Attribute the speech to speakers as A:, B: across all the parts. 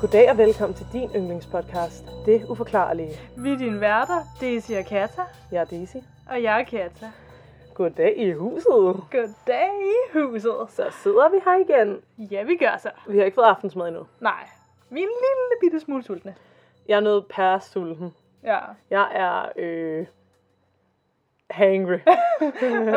A: Goddag og velkommen til din yndlingspodcast, Det Uforklarlige.
B: Vi er dine værter, Daisy og Kata,
A: Jeg er Daisy.
B: og jeg er Kata.
A: Goddag i huset.
B: Goddag i huset.
A: Så sidder vi her igen.
B: Ja, vi gør så.
A: Vi har ikke fået aftensmad endnu.
B: Nej, vi er en lille bitte smule sultne.
A: Jeg er noget pærsulten.
B: Ja.
A: Jeg er, øh... Hangry.
B: Øh,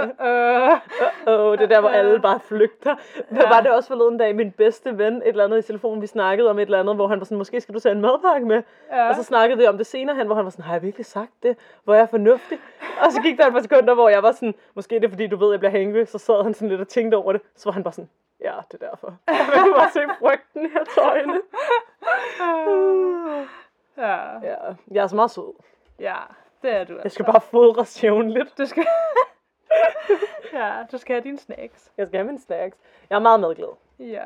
A: Åh, det er der, hvor alle bare flygter. Hvad var det også forleden dag? Min bedste ven, et eller andet i telefonen, vi snakkede om et eller andet, hvor han var sådan, måske skal du tage en madpakke med.
B: ja.
A: Og så snakkede vi om det senere hen, hvor han var sådan, har jeg virkelig sagt det? Hvor jeg er fornuftig? Og så gik der et par sekunder, hvor jeg var sådan, måske er det fordi, du ved, jeg bliver hængende. Så sad han sådan lidt og tænkte over det. Så var han bare sådan, ja, det er derfor. Man kunne bare se frygten i hans øjne.
B: Øh. ja.
A: Ja, jeg er så meget sød.
B: Ja, det er du
A: Jeg
B: altså.
A: skal bare fodre sjævn lidt.
B: Du skal... ja, du skal have dine snacks.
A: Jeg skal have min snacks. Jeg er meget madglad.
B: Ja.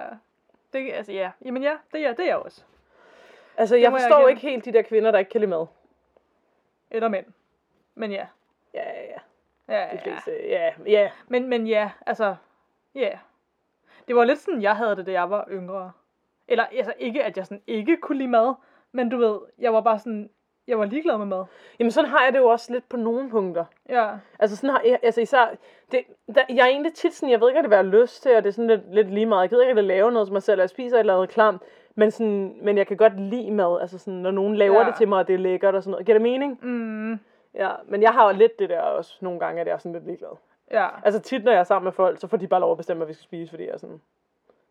B: Det, altså, ja. Jamen ja, det er, det er jeg også.
A: Altså, jeg
B: må jeg
A: forstår
B: erkende.
A: ikke helt de der kvinder, der ikke kan lide mad.
B: Eller mænd. Men ja.
A: Ja, ja, ja.
B: Ja,
A: De
B: ja.
A: fleste, ja, ja.
B: Men, men ja, altså, ja. Yeah. Det var lidt sådan, jeg havde det, da jeg var yngre. Eller altså ikke, at jeg sådan ikke kunne lide mad, men du ved, jeg var bare sådan, jeg var ligeglad med mad.
A: Jamen, sådan har jeg det jo også lidt på nogle punkter.
B: Ja,
A: Altså sådan har jeg, altså især, det, der, jeg er egentlig tit sådan, jeg ved ikke, at det vil lyst til, og det er sådan lidt, lidt lige meget. Jeg gider ikke, at jeg lave noget til mig selv, og jeg spiser et eller andet klamt, men, sådan, men jeg kan godt lide mad, altså sådan, når nogen laver ja.
B: Ja.
A: det til mig, og det er lækkert og sådan noget. Giver det mening?
B: mm,
A: Ja, men jeg har jo lidt det der også nogle gange, at jeg er sådan lidt ligeglad.
B: ja,
A: Altså tit, når jeg er sammen med folk, så får de bare lov at bestemme, hvad vi skal spise, fordi jeg er sådan,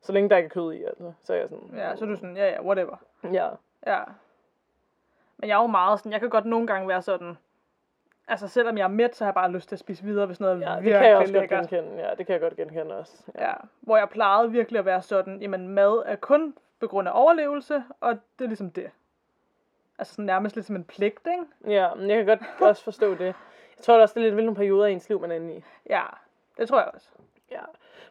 A: så længe der ikke er kød i, altså, så er jeg sådan,
B: ja, så er du sådan, ja, ja, whatever.
A: ja.
B: Ja. Men jeg er jo meget sådan, jeg kan godt nogle gange være sådan, altså selvom jeg er mæt, så har jeg bare lyst til at spise videre, hvis noget
A: ja
B: er
A: det kan jeg
B: virkelig
A: også godt
B: lækkert.
A: genkende. Ja, det kan jeg godt genkende også. Ja.
B: Ja, hvor jeg plejede virkelig at være sådan, jamen mad er kun på grund af overlevelse, og det er ligesom det. Altså sådan nærmest lidt som en pligt, ikke?
A: ja, men jeg kan godt også forstå det. Jeg tror da også, det er lidt, hvilken periode af ens liv, man er inde i.
B: Ja, det tror jeg også.
A: Ja.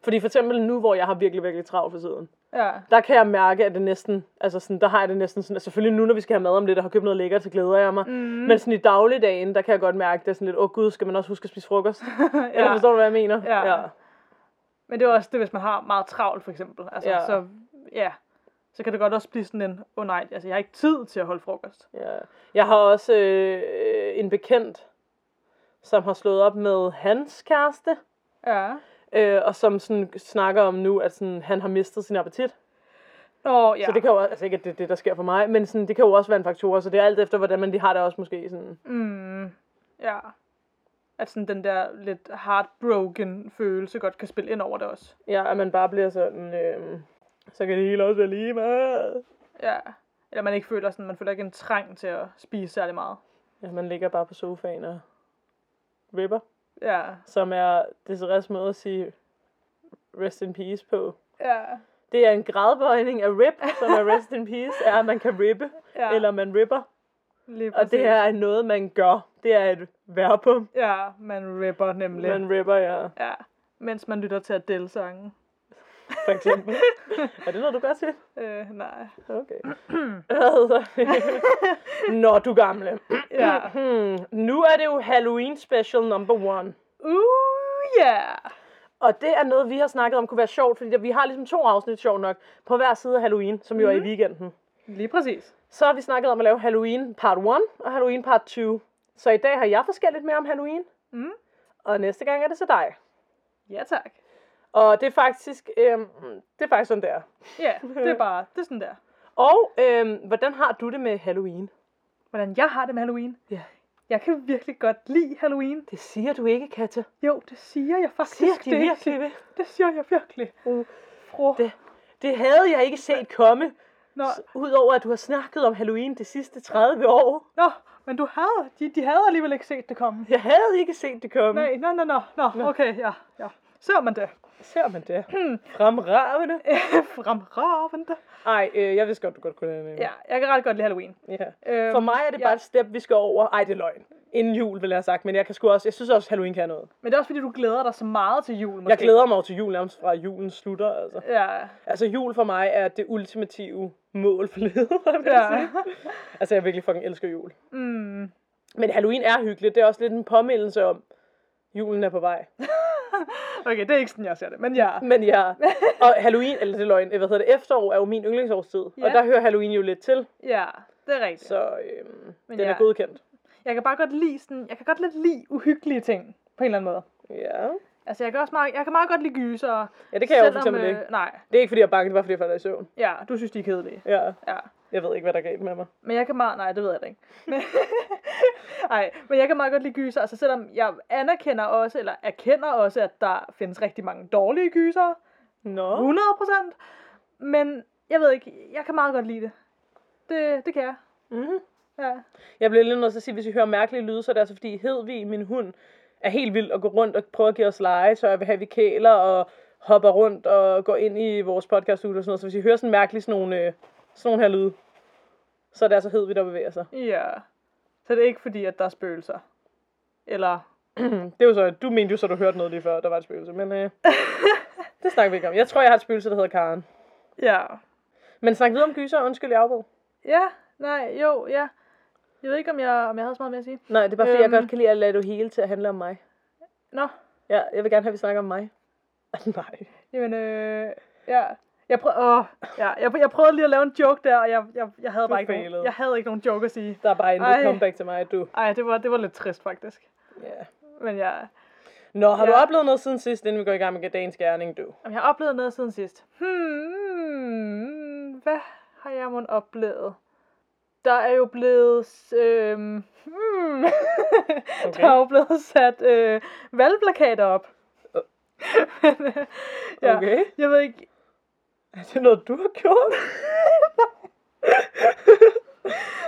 A: Fordi for eksempel nu, hvor jeg har virkelig, virkelig travlt for tiden,
B: Ja,
A: der kan jeg mærke, at det næsten, altså sådan, der har jeg det næsten sådan, altså selvfølgelig nu, når vi skal have mad om lidt, og har købt noget lækkert, så glæder jeg
B: Mhm.
A: mig. Mm. Men sådan i dagligdagen, der kan jeg godt mærke, at det er sådan lidt, åh oh, gud, skal man også huske at spise frokost? ja. Eller forstår du, hvad jeg mener?
B: Ja.
A: ja.
B: men det er også det, hvis man har meget travlt, for eksempel. Altså,
A: Ja.
B: ja. Så, ja, så kan det godt også blive sådan en, åh oh, nej, altså jeg har ikke tid til at holde frokost.
A: ja. Jeg har også øh, en bekendt, som har slået op med hans kæreste,
B: Ja.
A: øh, og som sådan snakker om nu, at sådan, han har mistet sin appetit.
B: Nå, ja.
A: Så det kan jo også, altså ikke, at det er det, der sker for mig, men sådan, det kan jo også være en faktor, så det er alt efter, hvordan man lige har det også måske sådan.
B: mm, ja. At sådan den der lidt heartbroken følelse godt kan spille ind over det også.
A: Ja, at man bare bliver sådan, øh, så kan det hele også være lige meget.
B: Ja. Eller man ikke føler sådan, man føler ikke en trang til at spise særlig meget.
A: Ja, man ligger bare på sofaen og ripper,
B: Ja.
A: som er Desirets måde at sige rest in peace på.
B: Ja.
A: Det er en gradbøjning af rip, som er rest in peace, er at man kan rippe, ja.
B: Ja.
A: eller man ripper.
B: Lige
A: Og det
B: præcis.
A: her er noget, man gør. Det er et verbum.
B: Ja, man ripper nemlig.
A: Man ripper, ja,
B: Ja. Mens man lytter til Adele-sangen.
A: for eksempel. er det noget, du gør til?
B: Øh, nej.
A: Okay. Hvad hedder det? Nå, du gamle.
B: Ja.
A: Hmm. Nu er det jo Halloween special number one.
B: Uh, ja. Yeah.
A: Og det er noget, vi har snakket om kunne være sjovt, fordi vi har ligesom to afsnit sjovt nok på hver side af Halloween, som jo
B: Mhm.
A: mm. er i weekenden.
B: Lige præcis.
A: Så har vi snakket om at lave Halloween part 1 og Halloween part 2. Så i dag har jeg forskelligt mere om Halloween,
B: Mm.
A: og næste gang er det så dig.
B: Ja, tak.
A: Og det er faktisk, øhm, det er faktisk sådan der.
B: Ja, det er bare, det er sådan der.
A: Og øhm, hvordan har du det med Halloween?
B: Hvordan jeg har det med Halloween?
A: Ja.
B: Jeg kan virkelig godt lide Halloween.
A: Det siger du ikke, Katja.
B: Jo, det siger jeg faktisk.
A: Siger de
B: det,
A: virkelig det?
B: det siger jeg virkelig.
A: Uh,
B: Fru.
A: det- Det havde jeg ikke set komme,
B: Nå,
A: udover at du har snakket om Halloween de sidste 30 år.
B: nå, men du havde, de, de havde alligevel ikke set det komme.
A: Jeg havde ikke set det komme.
B: Nej, nå, nå, nå, nå, okay, ja, ja. Ser man det?
A: Ser man det? Fremragende.
B: Fremragende.
A: Ej, øh, jeg vidste godt, du godt kunne have det.
B: Ja, jeg kan ret godt lide Halloween.
A: ja.
B: Øhm,
A: For mig er det
B: ja.
A: bare et step, vi skal over. Ej, det er løgn. Inden jul, vil jeg have sagt, men jeg, kan sgu også, jeg synes også, Halloween kan noget.
B: Men det er også fordi, du glæder dig så meget til jul, måske.
A: Jeg glæder mig over til jul, nærmest fra julen slutter. Altså.
B: Ja,
A: altså, jul for mig er det ultimative mål for livet, vil jeg
B: ja.
A: sige. Altså, jeg virkelig fucking elsker jul.
B: Mm.
A: Men Halloween er hyggeligt. Det er også lidt en påmindelse om, julen er på vej.
B: Okay, det er ikke sådan, jeg ser det, men ja.
A: Men ja, og Halloween, eller det er løgn, øh, hvad hedder det, efterår er jo min yndlingsårstid.
B: Ja.
A: Og der hører Halloween jo lidt til,
B: Ja, det er rigtigt. Så.
A: så øhm,
B: Men
A: den er
B: ja.
A: godkendt.
B: Jeg kan bare godt lide sådan, jeg kan godt lidt lide uhyggelige ting, på en eller anden måde.
A: Ja.
B: Altså, jeg kan, også meget, jeg kan meget godt lide gyser. øh,
A: ja, det kan jeg jo for eksempel ikke.
B: Nej,
A: Det er ikke fordi, jeg er bange, det var fordi, jeg falder i søvn.
B: ja, du synes, de er kedelige.
A: Ja,
B: Ja.
A: jeg ved ikke, hvad der er galt med mig.
B: Men jeg kan meget, nej, det ved jeg da ikke. Men, ej, men jeg kan meget godt lide gyser, altså selvom jeg anerkender også, eller erkender også, at der findes rigtig mange dårlige gyser,
A: Nå.
B: 100%, men jeg ved ikke, jeg kan meget godt lide det. Det, det kan jeg,
A: Mm-hmm.
B: ja.
A: Jeg bliver lidt nødt til at sige, at hvis I hører mærkelige lyde, så er det altså fordi Hedvig, min hund, er helt vild og går rundt og prøver at give os lege, så jeg vil have, at vi kæler og hopper rundt og går ind i vores podcast og sådan noget. Så hvis I hører sådan mærkelige sådan nogle, øh, sådan nogle her lyde, så er det altså Hedvig, der bevæger sig.
B: Ja, så det er ikke fordi, at der er spøgelser. Eller,
A: det er jo så, du mente jo så, du hørte noget lige før, der var et spøgelse, men øh, det snakker vi ikke om. Jeg tror, jeg har et spøgelse, der hedder Karen.
B: ja.
A: Men snak videre om gyser, undskyld, jeg afbrød.
B: Ja, nej, jo, ja. Jeg ved ikke, om jeg, om jeg havde så meget mere at sige.
A: Nej, det er bare fordi,
B: Øhm.
A: jeg godt kan lide at lade du hele til at handle om mig.
B: Nå,
A: Ja, jeg vil gerne have, at vi snakker om mig. Nej.
B: Jamen, øh, ja. Jeg, prøv, åh, ja, jeg, jeg prøvede lige at lave en joke der, og jeg, jeg, jeg havde
A: Du
B: bare ikke
A: failede.
B: nogen, jeg havde ikke nogen joke at sige.
A: Der er bare
B: Ej.
A: intet comeback til mig, du.
B: Ej, det var, det var lidt trist faktisk.
A: Ja.
B: Men jeg,
A: Nå, har ja. du
B: Ja.
A: oplevet noget siden sidst, inden vi går i gang med dagens gerning, du?
B: jamen, jeg har oplevet noget siden sidst. Hmm, hvad har jeg mon oplevet? Der er jo blevet, øh, hmm, okay. der er jo blevet sat øh, valgplakater op.
A: Øh.
B: Men, øh, ja, okay.
A: Okay.
B: Jeg ved ikke,
A: Er det noget, du har gjort?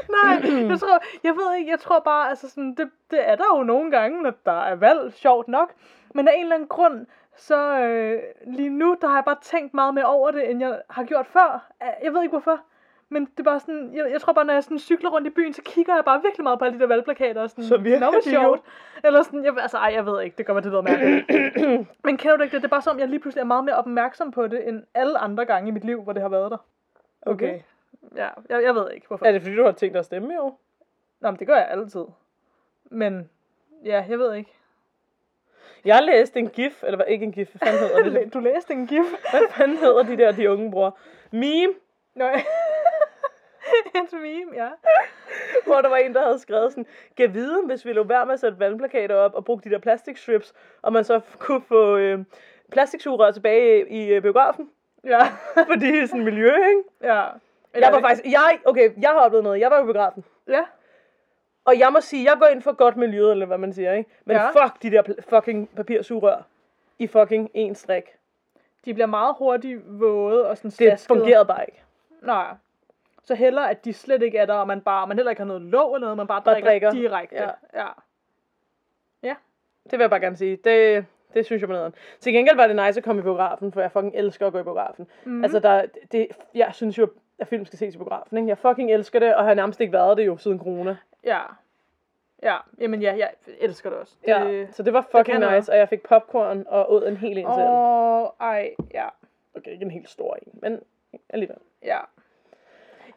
B: Nej, jeg tror, jeg ved ikke, jeg tror bare, altså sådan, det, det er der jo nogle gange, når der er valg, sjovt nok. Men af en eller anden grund, så øh, lige nu, der har jeg bare tænkt meget mere over det, end jeg har gjort før. Jeg ved ikke hvorfor. Men det er bare sådan, jeg, jeg tror bare, når jeg sådan cykler rundt i byen, så kigger jeg bare virkelig meget på alle de der valgplakater. Og sådan,
A: Så virker
B: "Nå, hvor
A: de
B: sjovt. Eller sådan, jeg, altså ej, jeg ved ikke, det kommer til noget mærkeligt. Men kender du ikke det? Det er bare som, om, jeg lige pludselig er meget mere opmærksom på det, end alle andre gange i mit liv, hvor det har været der.
A: Okay.
B: Ja, jeg, jeg ved ikke, hvorfor.
A: Er det fordi, du har tænkt dig at stemme, jo?
B: Nå, men det gør jeg altid. Men ja, jeg ved ikke.
A: Jeg læste en gif, eller hvad, ikke en gif, hvad fanden hedder det?
B: Du læste en gif?
A: Hvad fanden hedder de der, de unge bror? Meme,
B: Nej. Et meme, ja.
A: hvor der var en, der havde skrevet sådan, kan vide, hvis vi lå være med at sætte vandplakater op og bruge de der plastikstrips, og man så f- kunne få øh, plastiksugerør tilbage i øh, biografen,
B: Ja.
A: fordi det er sådan miljø, ikke?
B: ja. Eller-
A: Jeg var faktisk, jeg, okay, jeg har oplevet noget, jeg var i biografen,
B: Ja.
A: og jeg må sige, jeg går ind for godt miljø, eller hvad man siger, ikke? Men
B: Ja.
A: ja. fuck de der pl- fucking papirsugerør i fucking en strik.
B: De bliver meget hurtigt våde og sådan
A: Det
B: slaskede.
A: fungerede bare ikke.
B: Nej. Så heller, at de slet ikke er der, og man, bare, man heller ikke har noget låg eller noget, man bare,
A: Bare
B: drikker,
A: drikker.
B: direkte.
A: Ja.
B: ja.
A: Det vil jeg bare gerne sige. Det, det synes jeg var nederen. Til gengæld var det nice at komme i biografen, for jeg fucking elsker at gå i biografen.
B: Mhm.
A: Mm. Altså, der, det, jeg synes jo, at film skal ses i biografen. Ikke? Jeg fucking elsker det, og har nærmest ikke været det jo siden corona.
B: Ja. Ja, jamen ja, jeg elsker det også. Det,
A: Ja. Øh, Så det var fucking
B: kan
A: det
B: noget.
A: nice, og jeg fik popcorn og åd en hel en selv.
B: Åh, ej, ja.
A: Okay, ikke en helt stor en, men alligevel.
B: Ja.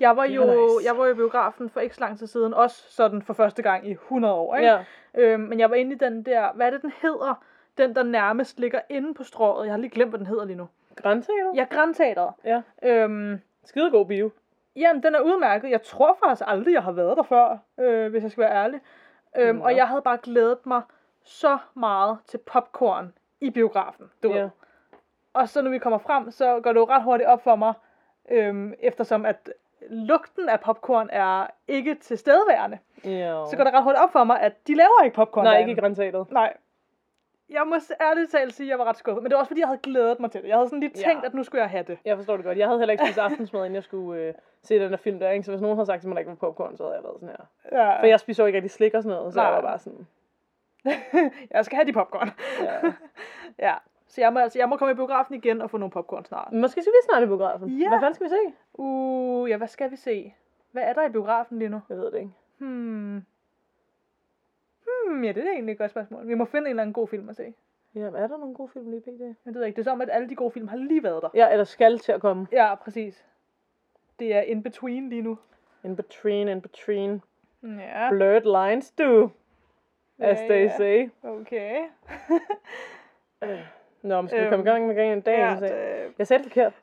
B: Jeg var,
A: Det
B: jo,
A: var nice.
B: jeg var jo i biografen for ikke så lang tid siden, også sådan for første gang i 100 år, ikke?
A: Ja.
B: Øhm, men jeg var inde i den der, hvad er det, den hedder? Den, der nærmest ligger inde på strået. Jeg har lige glemt, hvad den hedder lige nu.
A: Grænteater?
B: Ja, Grandteateret.
A: ja.
B: Øhm,
A: Skide god bio.
B: jamen, den er udmærket. Jeg tror faktisk aldrig, jeg har været der før, øh, hvis jeg skal være ærlig. Øhm,
A: Nå.
B: Og jeg havde bare glædet mig så meget til popcorn i biografen. Du ved.
A: Ja.
B: Og så når vi kommer frem, så går det jo ret hurtigt op for mig, øhm, eftersom at lugten af popcorn er ikke tilstedeværende.
A: ja.
B: Så går det ret hurtigt op for mig, at de laver ikke popcorn.
A: Nej,
B: derinde.
A: ikke i grænteateret.
B: Nej. Jeg må s- ærligt talt sige, at jeg var ret skuffet. Men det var også fordi, jeg havde glædet mig til det. Jeg havde sådan lige
A: Ja.
B: tænkt, at nu skulle jeg have det.
A: Jeg forstår det godt. Jeg havde heller ikke spist aftensmad, inden jeg skulle øh, se den der film der, ikke? Så hvis nogen havde sagt til mig, at der ikke var popcorn, så havde jeg været sådan her.
B: Ja.
A: For jeg spiser jo ikke rigtig slik og sådan noget, så
B: Nej.
A: jeg var bare sådan,
B: jeg skal have de popcorn.
A: ja.
B: ja. Så jeg må, altså, jeg må komme i biografen igen og få nogle popcorn snart.
A: Måske skal vi snart i biografen.
B: Ja.
A: Hvad fanden skal vi se?
B: Uh, ja, hvad skal vi se? Hvad er der i biografen lige nu?
A: Jeg ved det ikke.
B: Hmm. Hmm, ja, det er egentlig et godt spørgsmål. Vi må finde en eller anden god film at se.
A: Jamen, er der nogle gode film lige pt?
B: Jeg ved ikke, det er som, at alle de gode film har lige været der.
A: Ja, eller skal til at komme.
B: Ja, præcis. Det er in between lige nu.
A: In between, in between.
B: Ja,
A: Blurred lines, du. As
B: Ja,
A: they
B: ja.
A: say.
B: okay.
A: Nå, men skal vi
B: Øhm,
A: komme i gang med dagen? dagen ja,
B: det,
A: jeg sagde det forkert.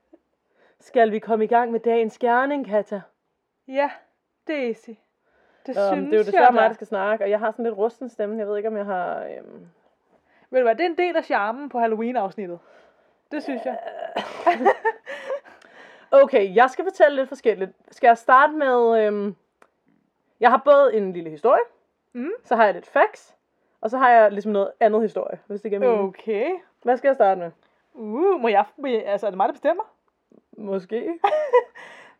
A: Skal vi komme i gang med dagens gerning, Katja?
B: ja, Daisy. Det
A: Nå, men
B: synes
A: det er jo desværre
B: jeg
A: mig,
B: da.
A: der skal snakke, og jeg har sådan lidt rusten stemme. Jeg ved ikke, om jeg har... Øhm...
B: Ved du hvad, det er en del af charmen på Halloween-afsnittet. Det synes jeg.
A: Okay, jeg skal fortælle lidt forskelligt. Skal jeg starte med... Øhm... Jeg har både en lille historie,
B: Mm.
A: så har jeg lidt facts, og så har jeg ligesom noget andet historie, hvis det giver mening.
B: Øh, Okay.
A: Hvad skal jeg starte med?
B: Uh, må jeg, må jeg, altså er det mig, der bestemmer?
A: Måske.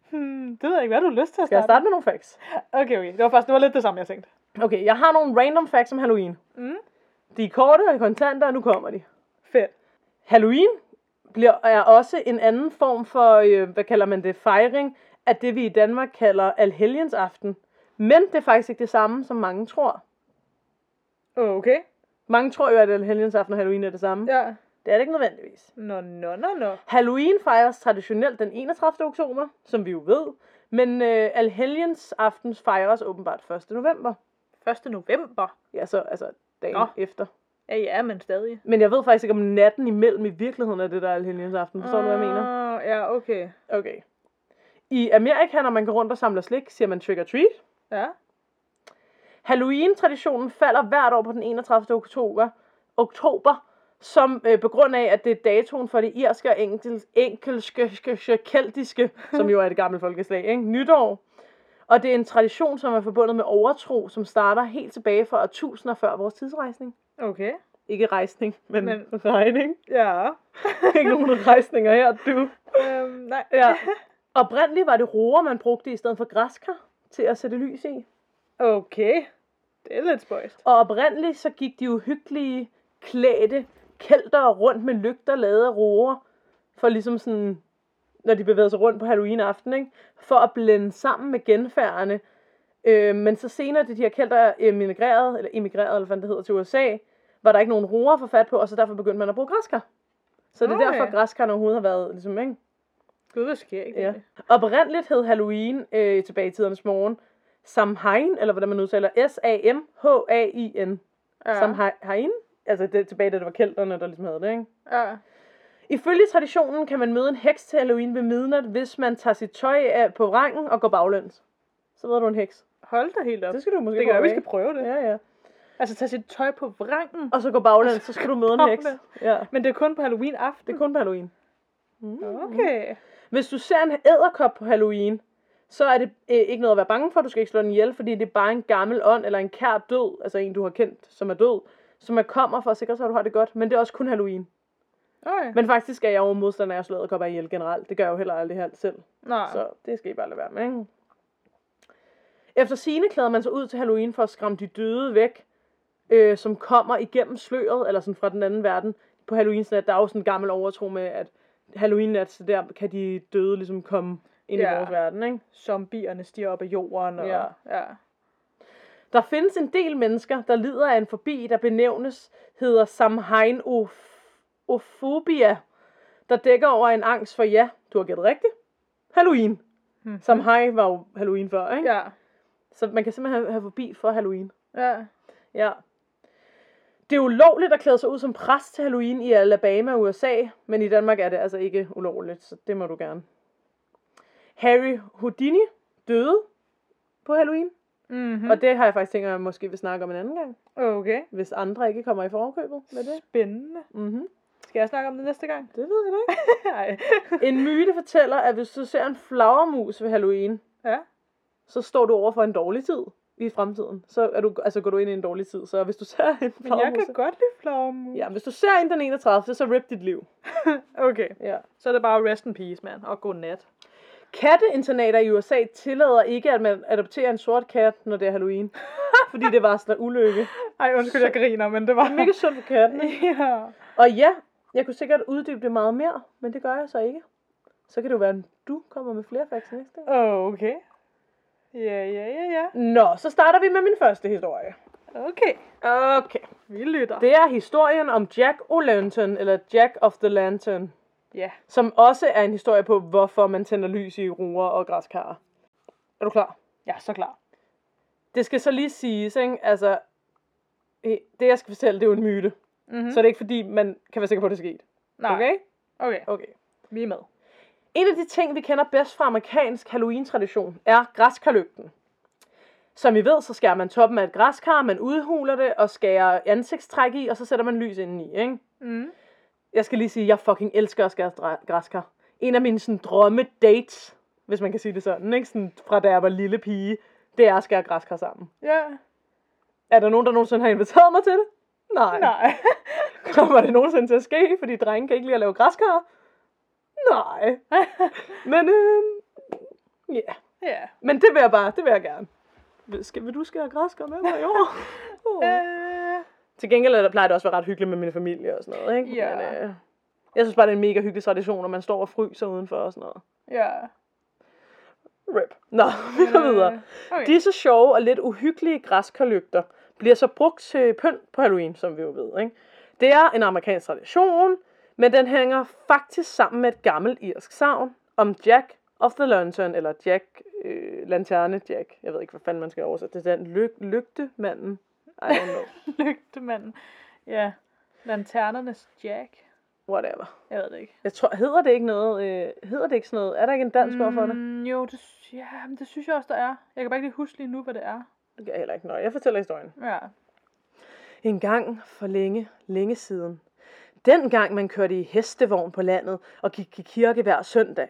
B: Hmm, det ved jeg ikke, hvad har du lyst til at
A: Skal jeg
B: starte?
A: starte med nogle facts?
B: Okay, okay. Det var faktisk, det var lidt det samme, jeg tænkte.
A: Okay, jeg har nogle random facts om Halloween.
B: Mm.
A: De er korte og kontanter, og nu kommer de.
B: Fedt.
A: Halloween bliver, er også en anden form for, øh, hvad kalder man det, fejring af det, vi i Danmark kalder alhelgens aften. Men det er faktisk ikke det samme, som mange tror.
B: Okay.
A: Mange tror jo, at alhelgens aften og Halloween er det samme. Ja.
B: Ja.
A: Det er det ikke nødvendigvis.
B: Nå, nå, nå, nå.
A: Halloween fejres traditionelt den 31. oktober, som vi jo ved. Men øh, alhelgens aften fejres åbenbart 1. november.
B: 1. november.
A: Ja, så altså dagen
B: Nå.
A: Nå. efter.
B: Ja, ja, men stadig.
A: Men jeg ved faktisk ikke, om natten imellem i virkeligheden er det, der er alhelgens aften. Forstår du, hvad jeg mener?
B: Ah, Ja, okay.
A: Okay. I Amerika, når man går rundt og samler slik, siger man trick or treat.
B: Ja.
A: Halloween-traditionen falder hvert år på den 31. oktober, oktober som øh, på grund af, at det er datoen for det irske og enkel, enkelske, ske- ske- keltiske, som jo er det gamle folkeslag, ikke? nytår. Og det er en tradition, som er forbundet med overtro, som starter helt tilbage fra årtusinder før vores tidsrejsning.
B: Okay.
A: Ikke rejsning, men, men.
B: Men-
A: regning.
B: Ja.
A: ikke nogen rejsninger her, du.
B: øhm, nej.
A: Ja. Oprindeligt var det roer, man brugte i stedet for græskar til at sætte lys i.
B: Okay. Det er lidt spøjst.
A: Og oprindeligt så gik de uhyggelige klædte kælter rundt med lygter lavet af roer, for ligesom sådan, når de bevægede sig rundt på Halloween aften, ikke? for at blende sammen med genfærdene. Øh, men så senere, da de her kælter emigrerede, eller emigrerede, eller hvad det hedder, til USA, var der ikke nogen roer at få fat på, og så derfor begyndte man at bruge græskar. Så det er
B: Okay.
A: derfor, græskarne overhovedet har været, ligesom, ikke?
B: Gud, hvor sker ikke
A: Ja. Oprindeligt hed Halloween øh, tilbage i tidernes morgen Samhain, eller hvordan man udtaler, S-A-M-H-A-I-N. Ja. Samhain, altså det, er tilbage da det var kælderne, der ligesom havde det, ikke?
B: Ja.
A: Ifølge traditionen kan man møde en heks til Halloween ved midnat, hvis man tager sit tøj af på rangen og går baglæns. Så ved du en heks.
B: Hold da helt op.
A: Det skal du måske
B: Det kan være,
A: prøve
B: vi
A: af.
B: skal prøve det.
A: Ja, ja.
B: Altså, tage sit tøj på vrangen.
A: Og så går baglæns, så skal du møde en heks.
B: Baglæns.
A: Ja.
B: Men det er kun på Halloween aften.
A: Det er kun på Halloween. Mm.
B: Okay.
A: Hvis du ser en æderkop på Halloween, så er det øh, ikke noget at være bange for, du skal ikke slå den ihjel, fordi det er bare en gammel ånd eller en kær død, altså en, du har kendt, som er død, som er kommer for at sikre sig, at du har det godt, men det er også kun Halloween.
B: Okay.
A: Men faktisk er jeg jo modstander af at slå æderkopper ihjel generelt, det gør jeg jo heller aldrig her selv,
B: Nej.
A: så det skal I bare lade være med, ikke? Efter sine klæder man sig ud til Halloween for at skræmme de døde væk, øh, som kommer igennem sløret, eller sådan fra den anden verden. På Halloween der er jo sådan en gammel overtro med, at Halloween-nat, så der kan de døde ligesom komme ind ja.
B: Ja.
A: i vores verden, ikke?
B: Zombierne stiger op af jorden. Og,
A: Ja.
B: ja.
A: Der findes en del mennesker, der lider af en fobi, der benævnes, hedder Samhainofobia, der dækker over en angst for, ja, du har gættet rigtigt, Halloween.
B: Hmm.
A: Samhain var jo Halloween før, ikke?
B: Ja.
A: Så man kan simpelthen have, have fobi for Halloween.
B: Ja.
A: Ja. Det er ulovligt at klæde sig ud som præst til Halloween i Alabama, USA, men i Danmark er det altså ikke ulovligt, så det må du gerne. Harry Houdini døde på Halloween, mm.
B: Mm-hmm.
A: og det har jeg faktisk tænkt, at jeg måske vil snakke om en anden gang,
B: Okay.
A: hvis andre ikke kommer i forkøbet med det.
B: Spændende.
A: Mm-hmm.
B: Skal jeg snakke om det næste gang?
A: Det ved jeg da ikke.
B: Nej.
A: En myte fortæller, at hvis du ser en flagermus ved Halloween,
B: ja.
A: så står du over for en dårlig tid i fremtiden. Så er du, altså går du ind i en dårlig tid, så hvis du ser en
B: Men jeg
A: flagermus...
B: kan godt lide flagermus.
A: Ja, hvis du ser en den 31., så rip dit liv.
B: Okay.
A: Ja.
B: Så er det bare rest in peace, mand. Og god nat.
A: Katteinternater i USA tillader ikke, at man adopterer en sort kat, når det er Halloween. fordi det var sådan en ulykke.
B: Ej, undskyld, jeg griner, men det var...
A: Mega synd for katten. ikke?
B: ja.
A: Og ja, jeg kunne sikkert uddybe det meget mere, men det gør jeg så ikke. Så kan det jo være, at du kommer med flere facts næste gang.
B: Okay. Ja, ja, ja, ja.
A: Nå, så starter vi med min første historie.
B: Okay.
A: Okay.
B: Vi lytter.
A: Det er historien om Jack O'Lantern, eller Jack of the Lantern.
B: Ja.
A: Som også er en historie på, hvorfor man tænder lys i roer og græskar. Er du klar?
B: Ja, så klar.
A: Det skal så lige siges, ikke? Altså, eh, det jeg skal fortælle, det er jo en myte.
B: Mm-hmm.
A: Så er det ikke fordi, man kan være sikker på, at det er sket.
B: Nej.
A: Okay?
B: okay,
A: Okay.
B: vi er med.
A: En af de ting, vi kender bedst fra amerikansk Halloween-tradition, er græskarlygten. Som I ved, så skærer man toppen af et græskar, man udhuler det og skærer ansigtstræk i, og så sætter man lys indeni, ikke?
B: Mm.
A: Jeg skal lige sige, at jeg fucking elsker at skære dra- græskar. En af mine sådan, drømme dates, hvis man kan sige det sådan, ikke? Sådan, fra da jeg var lille pige, det er at skære græskar sammen.
B: Ja.
A: Er der nogen, der nogensinde har inviteret mig til det? Nej.
B: Nej.
A: Kommer det nogensinde til at ske, fordi drenge kan ikke lide at lave græskar? Nej. Men øhm, ja. Yeah.
B: ja.
A: Men det vil jeg bare, det vil jeg gerne. Vil, skal, vil du skære græskar med mig i år? oh.
B: Øh,
A: Til gengæld er der- plejer det også at være ret hyggeligt med min familie og sådan noget, ikke?
B: Ja.
A: Men, øh, jeg synes bare, det er en mega hyggelig tradition, når man står og fryser udenfor og sådan noget.
B: ja.
A: Rip. Nå, vi går videre.
B: Øh, Okay.
A: Disse sjove og lidt uhyggelige græskarlygter bliver så brugt til pynt på Halloween, som vi jo ved. Ikke? Det er en amerikansk tradition, men den hænger faktisk sammen med et gammelt irsk savn om Jack of the Lantern, eller Jack, øh, lanterne Jack. Jeg ved ikke, hvad fanden man skal oversætte. Det er den lyg- lygtemanden. I don't know.
B: Lygtemanden. Ja. Lanternernes Jack.
A: Whatever.
B: Jeg ved det ikke.
A: Jeg tror, hedder det ikke noget? Øh, hedder det ikke sådan noget? Er der ikke en dansk ord for det?
B: Mm, jo, det, sy- ja, men det synes jeg også, der er. Jeg kan bare ikke lige huske lige nu, hvad det er.
A: Det gør jeg heller ikke. Nå, jeg fortæller historien.
B: Ja.
A: En gang for længe, længe siden. Dengang man kørte i hestevogn på landet og gik i kirke hver søndag.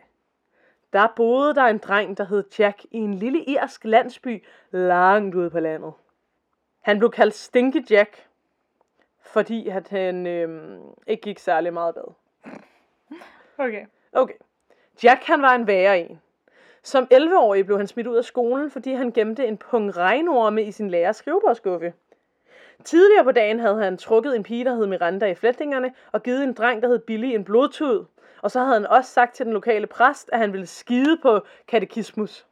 A: Der boede der en dreng, der hed Jack, i en lille irsk landsby langt ude på landet. Han blev kaldt Stinke Jack, fordi at han øhm, ikke gik særlig meget bad.
B: Okay.
A: Okay. Jack han var en værre en. Som 11-årig blev han smidt ud af skolen, fordi han gemte en pung regnorme i sin lærers skrivebordskuffe. Tidligere på dagen havde han trukket en pige, der hed Miranda i flætningerne, og givet en dreng, der hed Billy, en blodtud. Og så havde han også sagt til den lokale præst, at han ville skide på katekismus.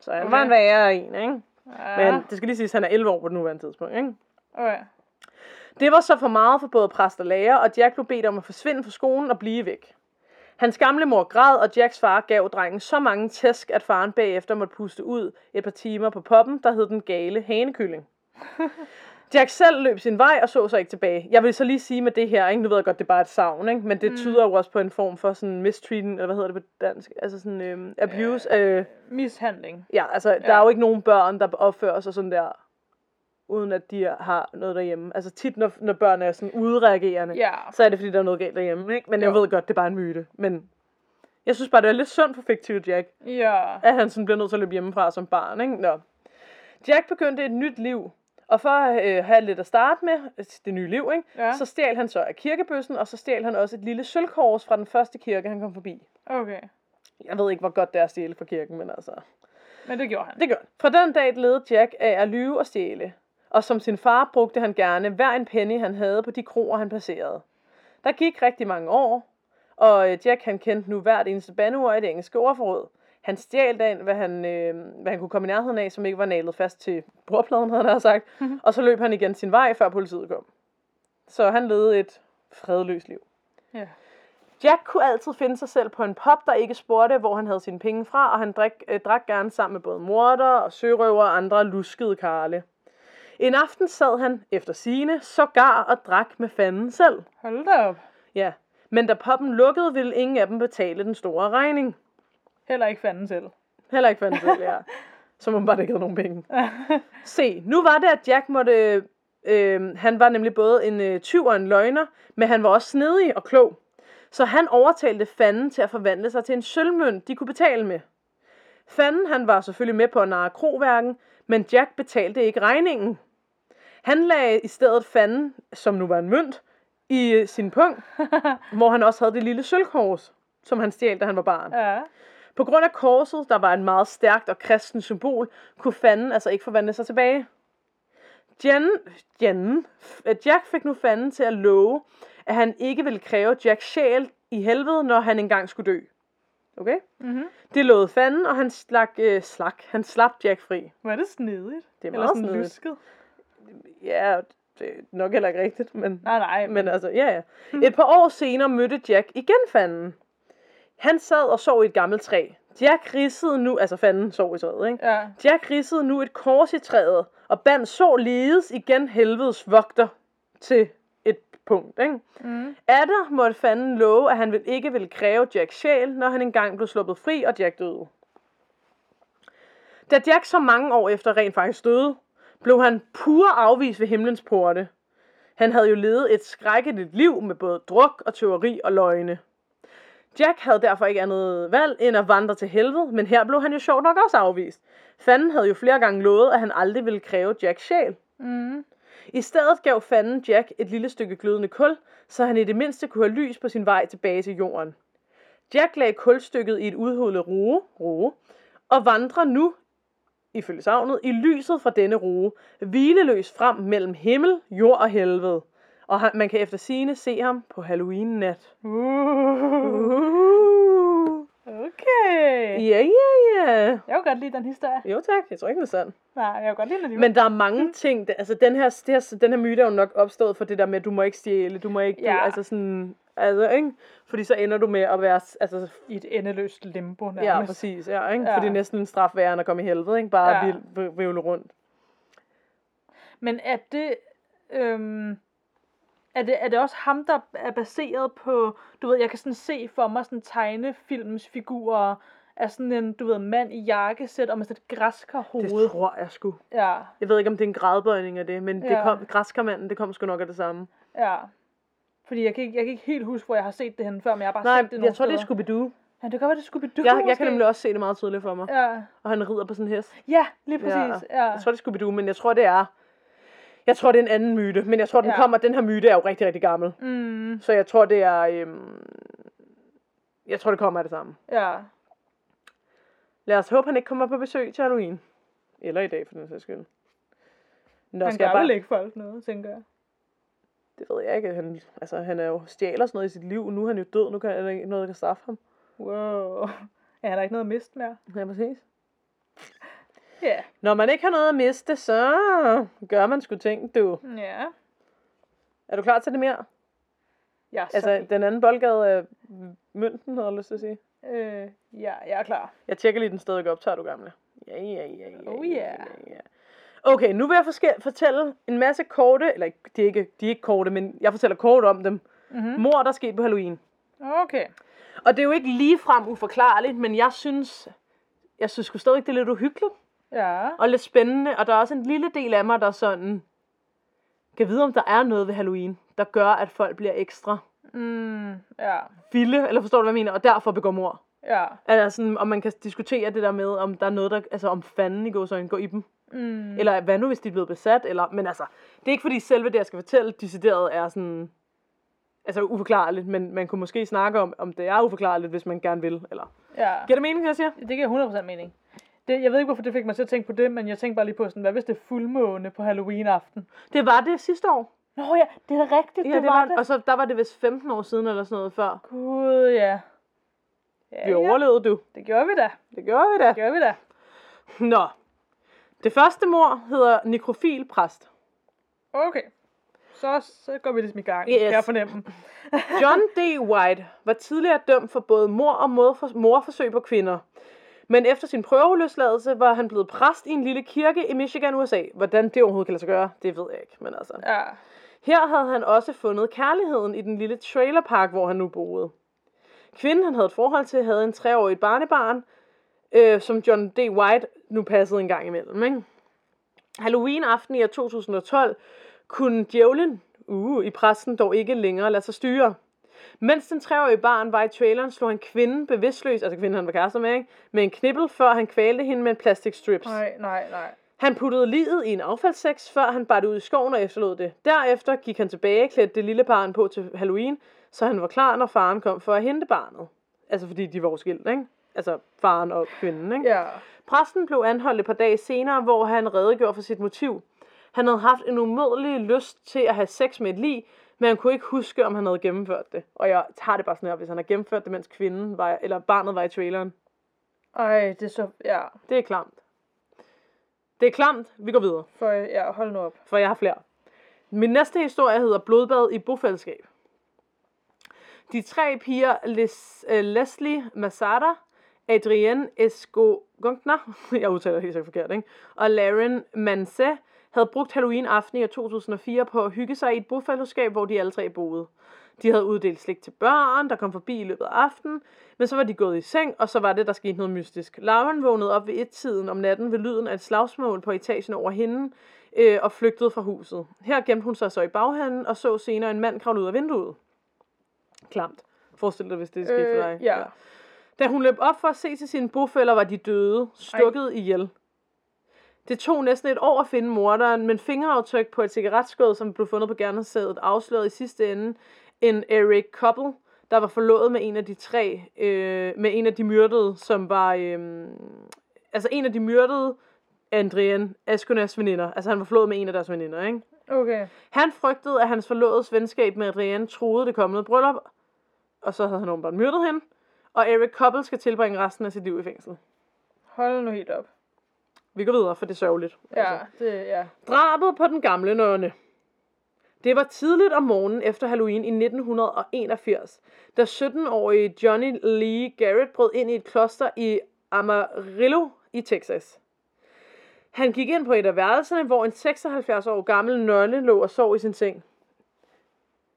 A: Så han
B: Okay.
A: okay. var en værre en, ikke?
B: Ja.
A: Men han, det skal lige siges, at han er 11 år på nuværende tidspunkt, ikke?
B: Ah, Okay.
A: Det var så for meget for både præst og lærer, og Jack blev bedt om at forsvinde fra skolen og blive væk. Hans gamle mor græd, og Jacks far gav drengen så mange tæsk, at faren bagefter måtte puste ud et par timer på poppen, der hed den gale hanekylling. Jack selv løb sin vej og så sig ikke tilbage. Jeg vil så lige sige med det her, ikke? nu ved jeg godt, det er bare et savn, ikke? men det
B: Mm.
A: tyder jo også på en form for sådan mistreating, eller hvad hedder det på dansk, altså sådan øhm, abuse. Øh,
B: Mishandling.
A: ja, altså ja. der
B: ja.
A: er jo ikke nogen børn, der opfører sig sådan der, uden at de har noget derhjemme. Altså tit, når, når børn er sådan udreagerende,
B: Ja.
A: så er det fordi, der er noget galt derhjemme, ikke? Men jo. jeg
B: Jo.
A: ved godt, det er bare en myte. Men jeg synes bare, det er lidt synd for fiktive Jack,
B: Ja.
A: at han sådan bliver nødt til at løbe hjemmefra som barn, ikke? Nå. Jack begyndte et nyt liv, og for at øh, have lidt at starte med, altså, det nye liv, ikke?
B: Ja.
A: så stjal han så af kirkebøssen, og så stjal han også et lille sølvkors fra den første kirke, han kom forbi.
B: Okay.
A: Jeg ved ikke, hvor godt det er at stjæle fra kirken, men altså...
B: Men det gjorde han.
A: Det gør han. Fra den dag levede Jack af at lyve og stjæle, og som sin far brugte han gerne hver en penny, han havde på de kroer, han passerede. Der gik rigtig mange år, og øh, Jack han kendte nu hvert eneste bandeord i det engelske ordforråd. Han stjal den, hvad han, øh, hvad han kunne komme i nærheden af, som ikke var nailet fast til bordpladen, havde han nær sagt.
B: Mhm.
A: og så løb han igen sin vej, før politiet kom. Så han levede et fredløst liv.
B: Ja.
A: Jack kunne altid finde sig selv på en pop, der ikke spurgte, hvor han havde sine penge fra, og han drik, øh, drak gerne sammen med både morder og sørøver og andre luskede karle. En aften sad han, efter sine, sågar og drak med fanden selv.
B: Hold da op.
A: Ja, men da poppen lukkede, ville ingen af dem betale den store regning.
B: Heller ikke fanden selv.
A: Heller ikke fanden selv, ja. Som om bare det ikke havde nogen penge. Se, nu var det, at Jack måtte... Øh, han var nemlig både en øh, tyv og en løgner, men han var også snedig og klog. Så han overtalte fanden til at forvandle sig til en sølvmønt, de kunne betale med. Fanden, han var selvfølgelig med på at narre kroværken, men Jack betalte ikke regningen. Han lagde i stedet fanden, som nu var en mønt, i øh, sin punkt, hvor han også havde det lille sølvkors, som han stjal, da han var barn.
B: ja.
A: På grund af korset, der var et meget stærkt og kristen symbol, kunne fanden altså ikke forvandle sig tilbage. Jen, Jen, at Jack fik nu fanden til at love, at han ikke ville kræve Jacks sjæl i helvede, når han engang skulle dø. Okay?
B: Mm-hmm.
A: Det lovede fanden, og han slak, øh, slak. Han slap Jack fri.
B: Var det snedigt?
A: Det er
B: Eller
A: meget
B: sådan
A: snedigt.
B: lusket?
A: Ja, det er nok heller ikke rigtigt, men...
B: Nej, nej.
A: Men altså, ja, ja. Et par år senere mødte Jack igen fanden. Han sad og sov i et gammelt træ. Jack ridsede nu, altså fanden sov i træet, ikke?
B: Ja.
A: Jack ridsede nu et kors i træet, og bandt således igen helvedes vogter til et punkt, ikke?
B: Mm.
A: Adder måtte fanden love, at han vil ikke ville kræve Jacks sjæl, når han engang blev sluppet fri, og Jack døde. Da Jack så mange år efter rent faktisk døde, blev han pur afvist ved himlens porte. Han havde jo levet et skrækkeligt liv med både druk og teori og løgne. Jack havde derfor ikke andet valg end at vandre til helvede, men her blev han jo sjovt nok også afvist. Fanden havde jo flere gange lovet, at han aldrig ville kræve Jacks sjæl.
B: Mm.
A: I stedet gav fanden Jack et lille stykke glødende kul, så han i det mindste kunne have lys på sin vej tilbage til jorden. Jack lagde kulstykket i et udhullet roe, roe og vandrer nu, ifølge savnet, i lyset fra denne roe, hvileløs frem mellem himmel, jord og helvede. Og han, man kan efter sigende se ham på Halloween-nat.
B: Uh.
A: Uh.
B: Okay.
A: Ja, ja, ja.
B: Jeg kunne godt lide den historie.
A: Jo tak, jeg tror ikke, det er sandt.
B: Nej, jeg kunne godt lide den alligevel.
A: Men der er
B: Mm.
A: mange ting, der, altså den her, det her, den her myte er jo nok opstået for det der med, at du må ikke stjæle, du må ikke, ja.
B: Ja.
A: du, altså sådan, altså, ikke? Fordi så ender du med at være, s- altså,
B: i et endeløst limbo nærmest.
A: ja, præcis, ja, ikke? Ja.
B: Ja.
A: For det er næsten en straf værre, end at komme i helvede, ikke? Bare
B: Ja.
A: ja. vivle rundt.
B: Men er det, øhm, er det, er det også ham, der er baseret på, du ved, jeg kan sådan se for mig sådan tegnefilms figurer af sådan en, du ved, mand i jakkesæt og med sådan et græskerhoved.
A: Det tror jeg sgu.
B: Ja,
A: Jeg ved ikke, om det er en gradbøjning af det, men ja. det
B: Ja.
A: kom, græskermanden, det kom sgu nok af det samme.
B: ja. Fordi jeg kan, ikke, jeg kan ikke helt huske, hvor jeg har set det henne før, men jeg har bare
A: Nej,
B: set det
A: jeg
B: nogle
A: tror, det er
B: steder.
A: Scooby-Doo.
B: Ja, det kan godt være, det skulle Scooby-Doo
A: Jeg, jeg
B: måske.
A: kan nemlig også se det meget tydeligt for mig. Ja.
B: Ja.
A: Og han rider på sådan en hest.
B: ja, lige præcis. Ja.
A: Jeg tror, det er Scooby-Doo, men jeg tror, det er... Jeg tror, det er en anden myte, men jeg tror, den ja.
B: Ja.
A: kommer... Den her myte er jo rigtig, rigtig gammel.
B: Mm,
A: Så jeg tror, det er... Øhm, jeg tror, det kommer af det samme.
B: ja.
A: Lad os håbe, han ikke kommer på besøg til Halloween. Eller i dag, for den sags skyld. Nå,
B: Han
A: skal jeg
B: gør vel
A: bare...
B: ikke folk noget, tænker jeg.
A: Det ved jeg ikke. Han, altså, han er jo stjæler sådan noget i sit liv. Nu er han jo død. Nu kan er der ikke noget, der kan straffe ham.
B: Wow. Ja, han har ikke noget at miste mere.
A: Ja, præcis.
B: Ja.
A: Når man ikke har noget at miste, så gør man sgu ting, du.
B: Ja.
A: Er du klar til det mere?
B: Jeg er så
A: Altså, den anden boldgade er mynten, har jeg lyst til at sige.
B: Øh, ja, jeg er klar.
A: Jeg tjekker lige, den stadig optager, du gamle. Ja, ja, ja, ja.
B: Oh
A: ja,
B: yeah.
A: ja, ja. Okay, nu vil jeg forske- fortælle en masse korte, eller ikke- de er, ikke, de er ikke korte, men jeg fortæller kort om dem.
B: Mm-hmm.
A: Mor, der er sket på Halloween.
B: Okay.
A: Og det er jo ikke ligefrem uforklarligt, men jeg synes, jeg synes sgu stadig, det er lidt uhyggeligt
B: Ja.
A: og lidt spændende. Og der er også en lille del af mig, der er sådan, kan vide, om der er noget ved Halloween, der gør, at folk bliver ekstra
B: Mm, ja.
A: vilde, eller forstår du, hvad jeg mener, og derfor begår mor.
B: Ja.
A: Altså, sådan, om man kan diskutere det der med, om der er noget, der, altså om fanden i gåsøjne går i dem.
B: Mm,
A: Mm. Eller hvad nu, hvis de er blevet besat? Eller, men altså, det er ikke fordi selve det, jeg skal fortælle, decideret er sådan... Altså uforklarligt, men man kunne måske snakke om, om det er uforklarligt, hvis man gerne vil. Eller...
B: ja.
A: Giver det mening, hvad jeg siger?
B: Det giver 100% mening. Det, jeg ved ikke, hvorfor det fik mig til at tænke på det, men jeg tænkte bare lige på sådan, hvad hvis det er fuldmåne på Halloween-aften?
A: Det var det sidste år.
B: Nå ja, det er da rigtigt, ja, det, var det.
A: Og så der var det vist 15 år siden eller sådan noget før.
B: Gud, ja. Ja,
A: Vi overlevede du.
B: det gjorde vi da.
A: Det gjorde vi da.
B: Det gjorde vi da.
A: Nå. Det første mor hedder nekrofil præst.
B: Okay. Så, så går vi ligesom i gang,
A: Yes.
B: yes. kan jeg fornemme.
A: John D. White var tidligere dømt for både mor og modfor- morforsøg på kvinder. Men efter sin prøveløsladelse var han blevet præst i en lille kirke i Michigan, USA. Hvordan det overhovedet kan lade sig gøre, det ved jeg ikke. Men altså.
B: Ja.
A: Her havde han også fundet kærligheden i den lille trailerpark, hvor han nu boede. Kvinden, han havde et forhold til, havde en treårig barnebarn, øh, som John D. White nu passede en gang imellem. Ikke? Halloween aften i år 2012 kunne djævlen uh, i præsten dog ikke længere lade sig styre. Mens den treårige barn var i traileren, slog han kvinden bevidstløs, altså kvinden han var kærester med, ikke? med en knibbel, før han kvalte hende med en plastikstrips.
B: Nej, nej, nej.
A: Han puttede livet i en affaldssæk, før han bar det ud i skoven og efterlod det. Derefter gik han tilbage, klædte det lille barn på til Halloween, så han var klar, når faren kom for at hente barnet. Altså fordi de var jo skilt, ikke? Altså faren og kvinden, ikke?
B: Ja.
A: Præsten blev anholdt et par dage senere, hvor han redegjorde for sit motiv. Han havde haft en umådelig lyst til at have sex med et lig, men han kunne ikke huske, om han havde gennemført det. Og jeg tager det bare sådan her, hvis han har gennemført det, mens kvinden var, eller barnet var i traileren.
B: Ej, det er så... Ja.
A: Det er klamt. Det er klamt. Vi går videre.
B: For, ja, hold nu op.
A: for jeg har flere. Min næste historie hedder Blodbad i bofællesskab. De tre piger, Les, uh, Leslie Masada, Adrienne Esco Gunkner, jeg udtaler det helt sikkert forkert, ikke? og Laren Manse, havde brugt Halloween aften i år 2004 på at hygge sig i et bofællesskab, hvor de alle tre boede. De havde uddelt slik til børn, der kom forbi i løbet af aftenen, men så var de gået i seng, og så var det, der skete noget mystisk. Lauren vågnede op ved et-tiden om natten ved lyden af et slagsmål på etagen over hende, øh, og flygtede fra huset. Her gemte hun sig så i baghanen, og så senere en mand kravle ud af vinduet. Klamt. Forestil dig, hvis det skete for dig.
B: Øh, ja.
A: Da hun løb op for at se til sine bofælder, var de døde, stukket Ej. ihjel. Det tog næsten et år at finde morderen, men fingeraftryk på et cigaretskåd, som blev fundet på gerningsstedet, afslørede i sidste ende en Eric Koppel, der var forlovet med en af de tre, øh, med en af de myrdede, som var, øh, altså en af de myrdede, Andrian Askunas veninder. Altså han var forlovet med en af deres veninder, ikke?
B: Okay.
A: Han frygtede, at hans forlovedes venskab med Adrienne troede det kommende bryllup, og så havde han åbenbart myrdet hende, og Eric Koppel skal tilbringe resten af sit liv i fængsel.
B: Hold nu helt op.
A: Vi går videre, for det er sørgeligt. Altså.
B: Ja, det, ja.
A: Drabet på den gamle nonne. Det var tidligt om morgenen efter Halloween i 1981, da 17-årige Johnny Lee Garrett brød ind i et kloster i Amarillo i Texas. Han gik ind på et af værelserne, hvor en 76 år gammel nonne lå og sov i sin seng.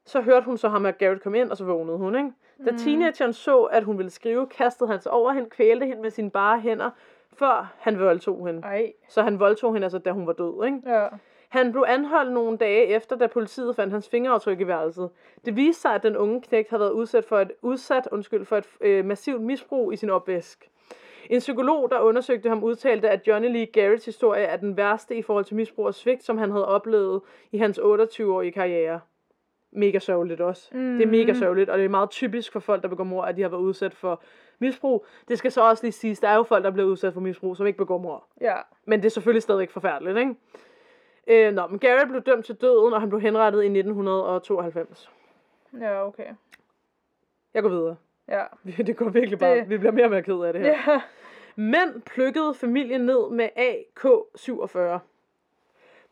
A: Så hørte hun så ham og Garrett komme ind, og så vågnede hun, ikke? Da mm. teenageren så, at hun ville skrive, kastede han sig over hende, kvælte hende med sine bare hænder, før han voldtog hende.
B: Ej.
A: Så han voldtog hende altså, da hun var død, ikke?
B: Ja.
A: Han blev anholdt nogle dage efter, da politiet fandt hans fingeraftryk i værelset. Det viste sig, at den unge knægt havde været udsat for et, udsat, undskyld, for et øh, massivt misbrug i sin opvæsk. En psykolog, der undersøgte ham, udtalte, at Johnny Lee Garretts historie er den værste i forhold til misbrug og svigt, som han havde oplevet i hans 28-årige karriere. Mega sørgeligt også. Mm. Det er mega sørgeligt, og det er meget typisk for folk, der begår mor, at de har været udsat for misbrug. Det skal så også lige siges, der er jo folk, der bliver udsat for misbrug, som ikke begår mor.
B: Ja.
A: Men det er selvfølgelig stadigvæk forfærdeligt, ikke? Øh, nå, men Garrett blev dømt til døden, og han blev henrettet i 1992.
B: Ja, okay.
A: Jeg går videre.
B: Ja.
A: Det går virkelig bare.
B: Det-
A: Vi bliver mere og mere ked af det her.
B: Ja.
A: Mænd plukkede familien ned med AK-47.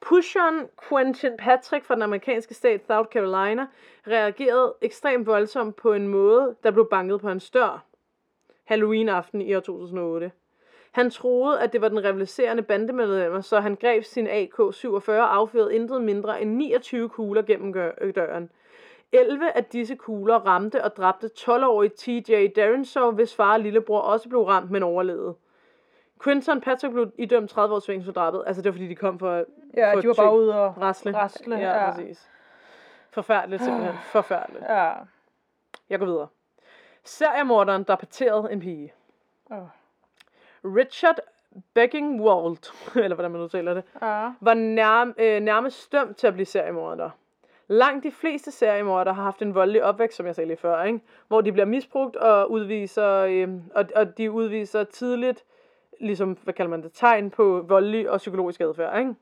A: Pusheren Quentin Patrick fra den amerikanske stat South Carolina reagerede ekstremt voldsomt på en måde, der blev banket på hans dør Halloween-aften i år 2008. Han troede, at det var den rivaliserende bandemedlemmer, så han greb sin AK-47 og affyrede intet mindre end 29 kugler gennem gør- døren. 11 af disse kugler ramte og dræbte 12-årige TJ Darenshaw, hvis far og lillebror også blev ramt, men overlevede. Quinton Patrick blev idømt 30 års fængsel for drabet. Altså det var fordi, de kom for at
B: Ja,
A: For
B: de var
A: tyk.
B: bare ude og...
A: rasle.
B: Rasle,
A: ja.
B: ja.
A: præcis. Forfærdeligt simpelthen. Forfærdeligt.
B: Ja.
A: Jeg går videre. Seriemorderen, der parterede en pige.
B: Åh.
A: Richard Beckingwald, eller hvordan man udtaler det,
B: Ja.
A: var nærm, øh, nærmest dømt til at blive seriemorder. Langt de fleste seriemordere har haft en voldelig opvækst, som jeg sagde lige før, ikke? hvor de bliver misbrugt og udviser, øh, og, og de udviser tidligt, ligesom, hvad kalder man det, tegn på voldelig og psykologisk adfærd. Ikke?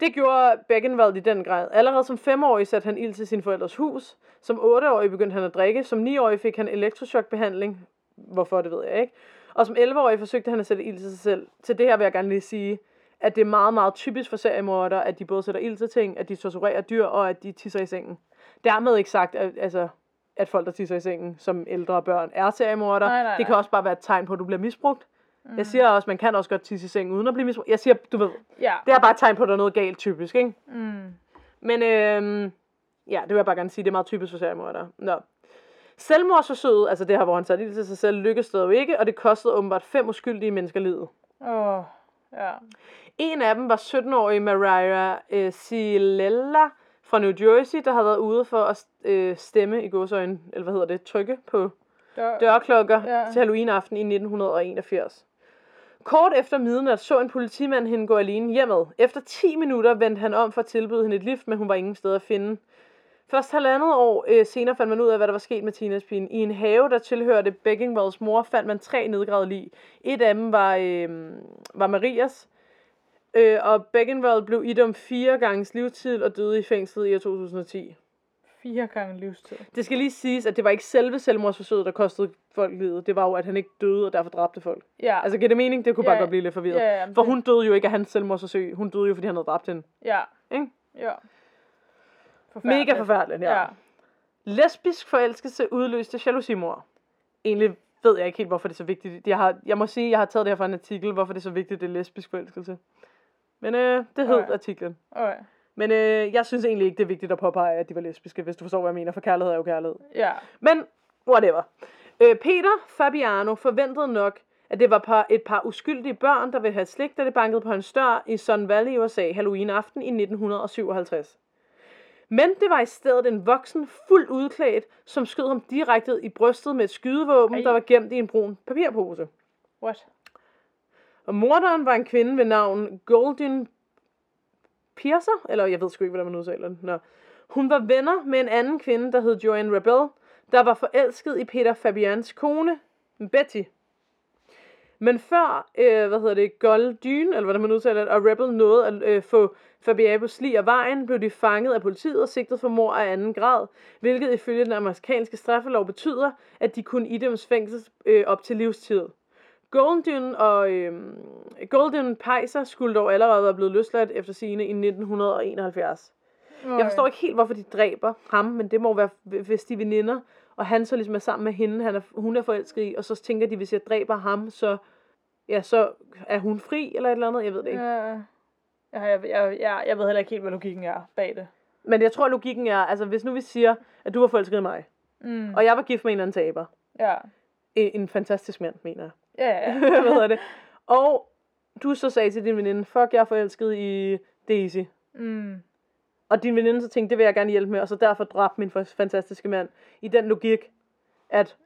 A: Det gjorde Beckenwald i den grad. Allerede som femårig satte han ild til sin forældres hus. Som otteårig begyndte han at drikke. Som niårig fik han elektrochokbehandling. Hvorfor, det ved jeg ikke. Og som 11-årig forsøgte han at sætte ild til sig selv. Til det her vil jeg gerne lige sige, at det er meget, meget typisk for seriemorder, at de både sætter ild til ting, at de torturerer dyr, og at de tisser i sengen. Dermed ikke sagt, at, altså, at folk, der tisser i sengen, som ældre børn, er seriemorder.
B: Nej, nej,
A: Det kan
B: nej.
A: også bare være et tegn på, at du bliver misbrugt. Mm. Jeg siger også, man kan også godt tisse i sengen uden at blive misbrugt. Jeg siger, du ved,
B: Ja.
A: det er bare et tegn på, at der er noget galt, typisk, ikke?
B: Mm.
A: Men øhm, ja, det vil jeg bare gerne sige, det er meget typisk for seriemordere. Nå. Selvmordsforsøget, altså det her, hvor han satte ild til sig selv, lykkedes det jo ikke, og det kostede åbenbart fem uskyldige mennesker livet.
B: Åh. Ja.
A: En af dem var 17-årige Mariah øh, Silella fra New Jersey, der havde været ude for at øh, stemme i godsøjne, eller hvad hedder det, trykke på
B: Dør.
A: dørklokker ja.
B: Ja.
A: til Halloween-aften i 1981. Kort efter midnat så en politimand hende gå alene hjemad. Efter 10 minutter vendte han om for at tilbyde hende et lift, men hun var ingen sted at finde. Først halvandet år øh, senere fandt man ud af, hvad der var sket med teenagepigen. I en have, der tilhørte Beckingwells mor, fandt man tre nedgravede lig. Et af dem var, øh, var Marias, øh, og Beckenwald blev idømt fire gange livstid og døde i fængslet i år 2010.
B: Fire gange livstid.
A: Det skal lige siges, at det var ikke selve selvmordsforsøget, der kostede folk livet. Det var jo, at han ikke døde, og derfor dræbte folk.
B: Ja.
A: Altså, giver det mening? Det kunne
B: Ja,
A: bare godt blive lidt forvirret.
B: ja, ja, men
A: For
B: det-
A: hun døde jo ikke af hans selvmordsforsøg. Hun døde jo, fordi han havde dræbt hende.
B: Ja.
A: Ikke?
B: Ja. Forfærdeligt.
A: Mega forfærdeligt, ja. ja.
B: Ja.
A: Lesbisk forelskelse udløste jalousimor. Egentlig ved jeg ikke helt, hvorfor det er så vigtigt. Jeg, har, jeg må sige, at jeg har taget det her fra en artikel, hvorfor det er så vigtigt, det er lesbisk forelskelse. Men øh, det hed
B: Alright.
A: artiklen.
B: Okay.
A: Men øh, jeg synes egentlig ikke, det er vigtigt at påpege, at de var lesbiske, hvis du forstår, hvad jeg mener, for kærlighed er jo kærlighed.
B: Ja.
A: Men whatever. Øh, Peter Fabiano forventede nok, at det var par, et par uskyldige børn, der ville have slik, da det bankede på hans dør i Sun Valley i USA Halloween aften i 1957. Men det var i stedet en voksen, fuldt udklædt, som skød ham direkte i brystet med et skydevåben,
B: Ej.
A: der var gemt i en brun papirpose.
B: What?
A: Og morderen var en kvinde ved navn Golden Piercer, eller jeg ved sgu ikke, hvordan man udtaler den. Nå. Hun var venner med en anden kvinde, der hed Joanne Rebel, der var forelsket i Peter Fabians kone, Betty. Men før, øh, hvad hedder det, Golden, eller hvordan man udtaler det, og Rebel nåede at øh, få Fabiabos lig af vejen, blev de fanget af politiet og sigtet for mor af anden grad, hvilket ifølge den amerikanske straffelov betyder, at de kunne idømmes fængsel øh, op til livstid. Golden og øhm, Golden Peiser skulle dog allerede være blevet løsladt efter sine i 1971.
B: Okay.
A: Jeg forstår ikke helt, hvorfor de dræber ham, men det må være, hvis de er veninder, og han så ligesom er sammen med hende, han er, hun er forelsket i, og så tænker de, hvis jeg dræber ham, så, ja, så er hun fri, eller et eller andet, jeg ved det ikke. Ja.
B: Ja. Jeg, øh, jeg, jeg, jeg, jeg ved heller ikke helt, hvad logikken er bag det.
A: Men jeg tror, logikken er, altså hvis nu vi siger, at du var forelsket i mig,
B: Mm.
A: og jeg var gift med en eller anden taber,
B: Ja.
A: en, en fantastisk mand, mener jeg.
B: Ja, ja.
A: hvad hedder det? Og du så sagde til din veninde, fuck, jeg er forelsket i Daisy.
B: mm.
A: Og din veninde så tænkte, det vil jeg gerne hjælpe med, og så derfor dræbte min fantastiske mand. I den logik, at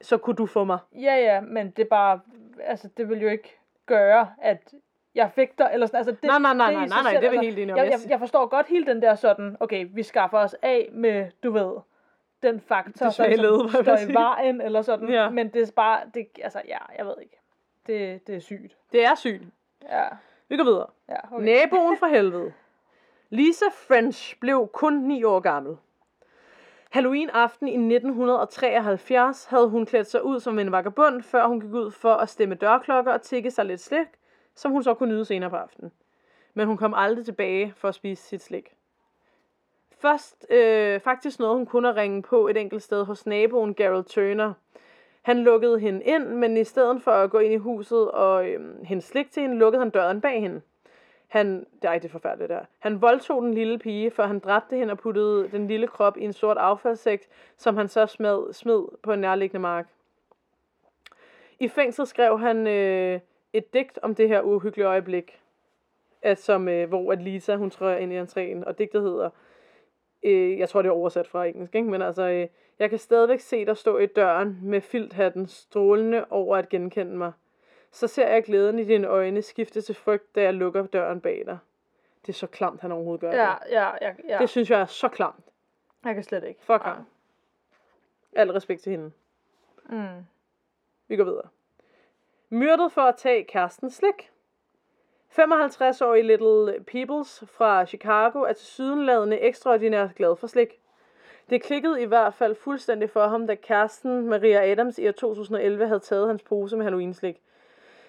A: så kunne du få mig.
B: Ja, ja, men det er bare, altså det vil jo ikke gøre, at jeg fik dig, eller sådan, altså det,
A: Nej, nej, nej,
B: i
A: nej, nej,
B: sig
A: nej,
B: selv, altså,
A: det er vi helt enige om.
B: Jeg,
A: Jeg
B: jeg,
A: siger-
B: jeg forstår godt hele den der sådan, okay, vi skaffer os af med, du ved, den faktor,
A: Det svage
B: sådan,
A: led, hvad man
B: som står i
A: siger.
B: vejen, eller sådan,
A: Ja.
B: men det er bare, det, altså ja, jeg ved ikke, det, det er sygt.
A: Det er sygt.
B: Ja,
A: Vi går videre.
B: ja, okay.
A: Okay. Naboen fra helvede. Lisa French blev kun 9 år gammel. Halloween aften i 1973 havde hun klædt sig ud som en vagabond, før hun gik ud for at stemme dørklokker og tikke sig lidt slik, som hun så kunne nyde senere på aftenen. Men hun kom aldrig tilbage for at spise sit slik. Først øh, faktisk nåede hun kun at ringe på et enkelt sted hos naboen Gerald Turner. Han lukkede hende ind, men i stedet for at gå ind i huset og øh, hende slik til hende, lukkede han døren bag hende. Han, det er ej, det er forfærdeligt der. Han voldtog den lille pige, før han dræbte hende og puttede den lille krop i en sort affaldssæk, som han så smed, smed på en nærliggende mark. I fængsel skrev han øh, et digt om det her uhyggelige øjeblik, at som, øh, hvor at Lisa hun træder ind i entréen, og digtet hedder, øh, jeg tror det er oversat fra engelsk, ikke? men altså, øh, jeg kan stadigvæk se dig stå i døren med filthatten strålende over at genkende mig. Så ser jeg glæden i dine øjne skifte til frygt, da jeg lukker døren bag dig. Det er så klamt, han overhovedet gør
B: Ja,
A: det.
B: ja, ja, ja.
A: Det synes jeg er så klamt.
B: jeg kan slet ikke.
A: Fuck ham. Al respekt til hende.
B: Mm.
A: Vi går videre. Myrdet for at tage kæresten slik. 55-årige Little Peoples fra Chicago er til sydenladende ekstraordinært glad for slik. Det klikkede i hvert fald fuldstændig for ham, da kæresten Maria Adams i år 2011 havde taget hans pose med Halloween-slik.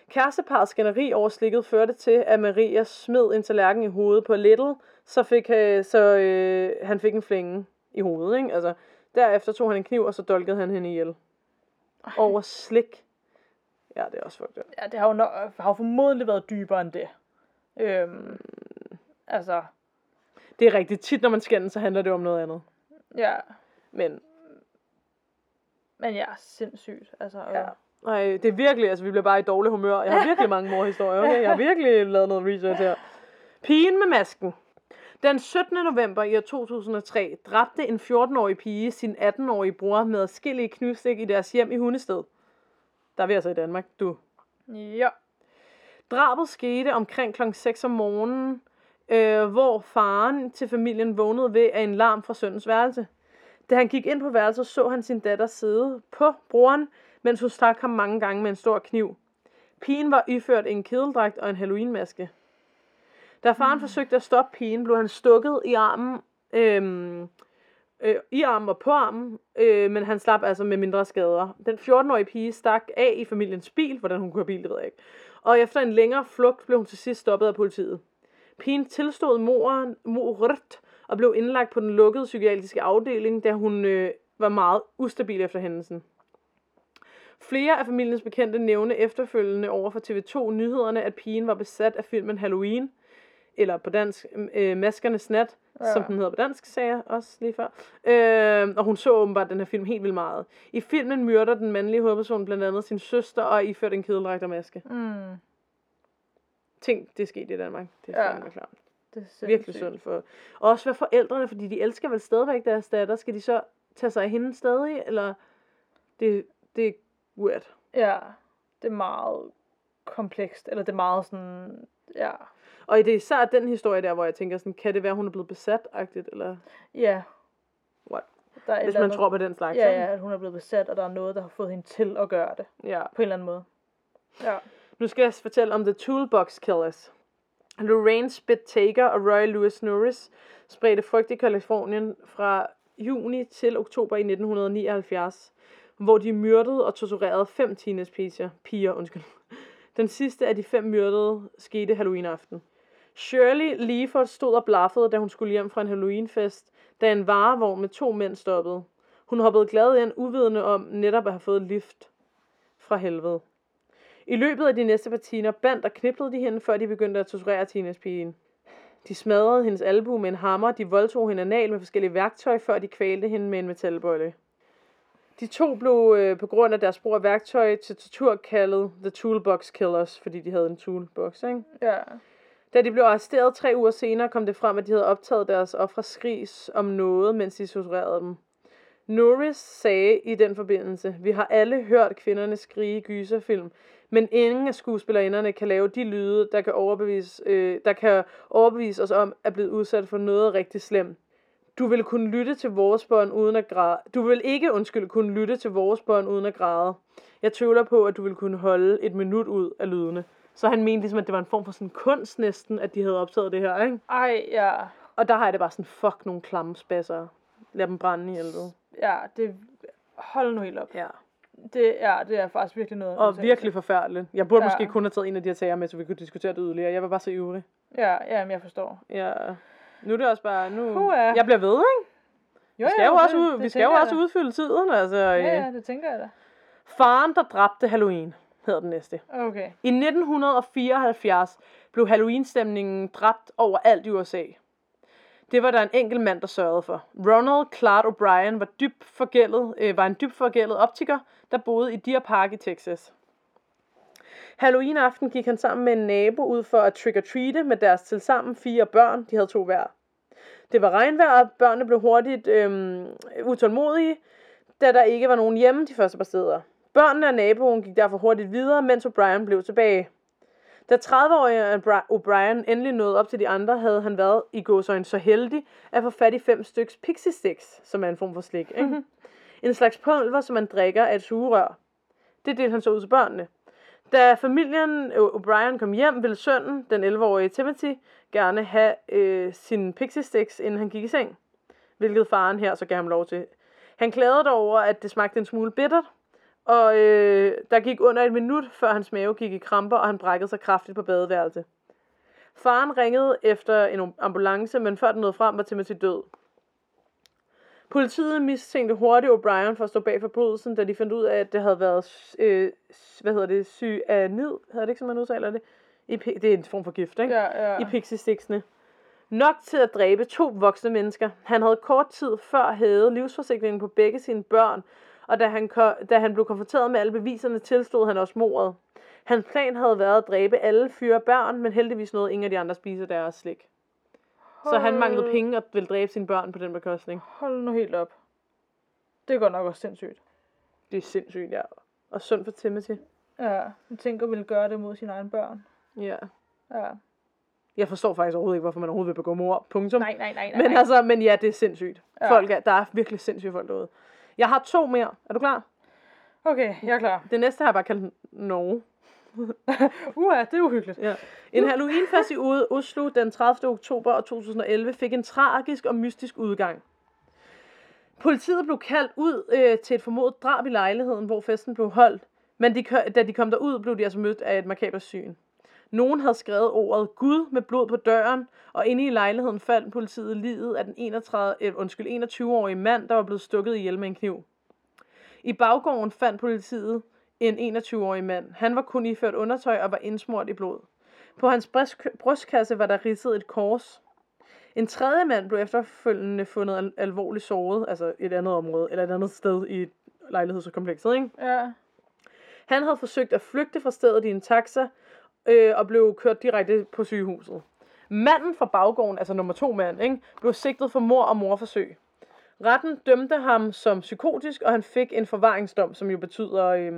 A: Kæresteparets skænderi over slikket førte til, at Maria smed en tallerken i hovedet på Little, så, fik, øh, så øh, han fik en flænge i hovedet. Ikke? Altså, derefter tog han en kniv, og så dolkede han hende ihjel over slik. Ja, det er også fucked up.
B: Ja, det har jo, nok, har jo formodentlig været dybere end det. Øhm, altså,
A: Det er rigtigt. Tit, når man skændes, så handler det om noget andet.
B: ja,
A: Men
B: men ja, sindssygt, altså.
A: ja.
B: øh.
A: Nej, det er virkelig, altså vi bliver bare i dårlig humør. Jeg har virkelig mange morhistorier, okay? Jeg har virkelig lavet noget research her. Pigen med masken. Den 17. november i år 2003 dræbte en 14-årig pige sin 18-årige bror med adskillige knivstik i deres hjem i Hundested. Der er vi altså i Danmark, du.
B: Ja.
A: Drabet skete omkring kl. 6 om morgenen, øh, hvor faren til familien vågnede ved af en larm fra sønnens værelse. Da han gik ind på værelset, så han sin datter sidde på broren, mens hun stak ham mange gange med en stor kniv. Pigen var iført en kedeldragt og en halloweenmaske. Da faren forsøgte at stoppe pigen, blev han stukket i armen, øhm, øh, i armen og på armen, øh, men han slap altså med mindre skader. Den 14-årige pige stak af i familiens bil, hvordan hun kører bil, det ved jeg ikke. Og efter en længere flugt blev hun til sidst stoppet af politiet. Pigen tilstod moren, morret og blev indlagt på den lukkede psykiatriske afdeling, da hun øh, var meget ustabil efter hændelsen. Flere af familiens bekendte nævne efterfølgende over for TV2 nyhederne, at pigen var besat af filmen Halloween. eller på dansk, øh, Maskernes Nat, ja.
B: Ja.
A: som den hedder på dansk, sagde jeg også lige før. Øh, og hun så åbenbart den her film helt vildt meget. I filmen myrder den mandlige hovedperson blandt andet sin søster og er iført en kedeldragt og maske.
B: Mm.
A: Tænk, det er sket i Danmark. Det er
B: Ja.
A: ja. fandme klart.
B: Det er sindssygt.
A: Virkelig synd for. Og også hvad forældrene, fordi de elsker vel stadigvæk deres datter. Skal de så tage sig af hende stadig, eller? Det, det er weird.
B: Ja, det er meget komplekst, eller det er meget sådan, ja,
A: Og det er især den historie der, hvor jeg tænker sådan, kan det være, hun er blevet besat-agtigt, eller
B: ja.
A: What?
B: Der er et
A: hvis
B: eller
A: man
B: andet-
A: tror på den slags.
B: ja,
A: ikke?
B: ja, at hun er blevet besat, og der er noget, der har fået hende til at gøre det,
A: ja.
B: på en eller anden måde. Ja.
A: Nu skal jeg fortælle om The Toolbox Killers. Lorraine Spit Taker og Roy Lewis Norris spredte frygt i Kalifornien fra juni til oktober i 1979, hvor de myrdede og torturerede fem teenagepiger. Piger, undskyld. Den sidste af de fem myrdede skete Halloween-aften. Shirley Leaford stod og blaffede, da hun skulle hjem fra en Halloween-fest, da en varevogn med to mænd stoppede. Hun hoppede glad ind, uvidende om netop at have fået lift fra helvede. I løbet af de næste par timer bandt og kniplede de hende, før de begyndte at torturere teenagepigen. De smadrede hendes albu med en hammer, de voldtog hende anal med forskellige værktøj, før de kvalte hende med en metalbøjle. De to blev øh, på grund af deres brug af værktøj til tortur kaldet The Toolbox Killers, fordi de havde en toolbox, ikke?
B: Ja.
A: Da de blev arresteret tre uger senere, kom det frem, at de havde optaget deres ofres skris om noget, mens de torturerede dem. Norris sagde i den forbindelse, vi har alle hørt kvinderne skrige i gyserfilm, men ingen af skuespillerinderne kan lave de lyde, der kan overbevise, øh, der kan overbevise os om at blive udsat for noget rigtig slemt. Du vil kunne lytte til vores bånd uden at græde. Du vil ikke, undskyld, kunne lytte til vores bånd uden at græde. Jeg tvivler på, at du vil kunne holde et minut ud af lydene. Så han mente ligesom, at det var en form for sådan kunst næsten, at de havde optaget det her, ikke?
B: Ej, ja.
A: Og der har jeg det bare sådan, fuck nogle klamme spasser. Lad dem brænde i helvede.
B: Ja, det... Hold nu helt op.
A: Ja.
B: Det, ja, det er faktisk virkelig noget. af en
A: Og
B: udtalelse.
A: virkelig forfærdeligt. Jeg burde ja.
B: Ja.
A: måske kun have taget en af de her sager med, så vi kunne diskutere det yderligere. Jeg var bare så ivrig.
B: Ja, ja, men jeg forstår.
A: Ja. Nu er det også bare, nu...
B: Puha.
A: Jeg bliver ved, ikke?
B: Jo,
A: Vi skal jo
B: men
A: også,
B: det-
A: ud,
B: det
A: vi skal jo
B: tænker jeg
A: også
B: da.
A: udfylde tiden, altså.
B: Ja,
A: Ja.
B: ja, det tænker jeg da.
A: Faren, der dræbte Halloween, hedder den næste.
B: Okay.
A: I 1974 blev Halloween-stemningen dræbt overalt i USA. Det var der en enkelt mand, der sørgede for. Ronald Clark O'Brien var, dybt forgældet, øh, var en dybt forgældet optiker, der boede i Deer Park i Texas. Halloween-aften gik han sammen med en nabo ud for at trick-or-treate med deres tilsammen fire børn. De havde to hver. Det var regnvejr, og børnene blev hurtigt øhm, utålmodige, da der ikke var nogen hjemme de første par steder. Børnene og naboen gik derfor hurtigt videre, mens O'Brien blev tilbage. Da 30-årige O'Bri- O'Brien endelig nåede op til de andre, havde han været i gåsøjne så heldig at få fat i fem styks pixie sticks, som er en form for slik. Ikke? en slags pulver, som man drikker af et sugerør. Det delte han så ud til børnene. Da familien O- O'Brien kom hjem, ville sønnen, den 11-årige Timothy, gerne have øh, sine pixie sticks, inden han gik i seng. Hvilket faren her så gav ham lov til. Han klagede dog over, at det smagte en smule bittert, og øh, der gik under et minut, før hans mave gik i kramper, og han brækkede sig kraftigt på badeværelset. Faren ringede efter en ambulance, men før den nåede frem, var Timothy død. Politiet mistænkte hurtigt O'Brien for at stå bag forbrydelsen, da de fandt ud af, at det havde været, øh, hvad hedder det, cyanid, hedder det ikke, som man udtaler det? I, pi- det er en form for gift, ikke?
B: Ja, ja.
A: i pixie Nok til at dræbe to voksne mennesker. Han havde kort tid før hævet livsforsikringen på begge sine børn, og da han, ko- da han blev konfronteret med alle beviserne, tilstod han også mordet. Hans plan havde været at dræbe alle fyre børn, men heldigvis nåede ingen af de andre at spise deres slik. Så han manglede
B: Hold-
A: penge og ville dræbe sine børn på den bekostning.
B: Hold nu helt op. Det går nok også sindssygt.
A: Det er sindssygt, ja. Og synd for Timothy.
B: Ja, man tænker, vil gøre det mod sine egne børn.
A: Ja.
B: Ja.
A: Jeg forstår faktisk overhovedet ikke, hvorfor man overhovedet vil begå mor. Punktum.
B: Nej, nej, nej, nej.
A: Men altså, men ja, det er sindssygt.
B: Ja.
A: Folk er, der er virkelig sindssyge folk derude. Jeg har to mere. Er du klar?
B: Okay, jeg er klar.
A: Det næste har jeg bare kaldt Norge.
B: Uha, det er uhyggeligt.
A: Ja. En Halloweenfest i Ude- Oslo den 30. oktober 2011 fik en tragisk og mystisk udgang. Politiet blev kaldt ud øh, til et formodet drab i lejligheden, hvor festen blev holdt. Men de, kø- da de kom derud, blev de altså mødt af et makabert syn. Nogen havde skrevet ordet Gud med blod på døren, og inde i lejligheden faldt politiet livet af den 31, eh, undskyld, 21-årige mand, der var blevet stukket ihjel med en kniv. I baggården fandt politiet en 21-årig mand. Han var kun iført undertøj og var indsmurt i blod. På hans bryst- brystkasse var der ridset et kors. En tredje mand blev efterfølgende fundet al- alvorligt såret, altså et andet område, eller et andet sted i lejlighedskomplekset, ikke?
B: Ja.
A: Han havde forsøgt at flygte fra stedet i en taxa, øh, og blev kørt direkte på sygehuset. Manden fra baggården, altså nummer to mand, ikke, blev sigtet for mor og morforsøg. Retten dømte ham som psykotisk, og han fik en forvaringsdom, som jo betyder, øh,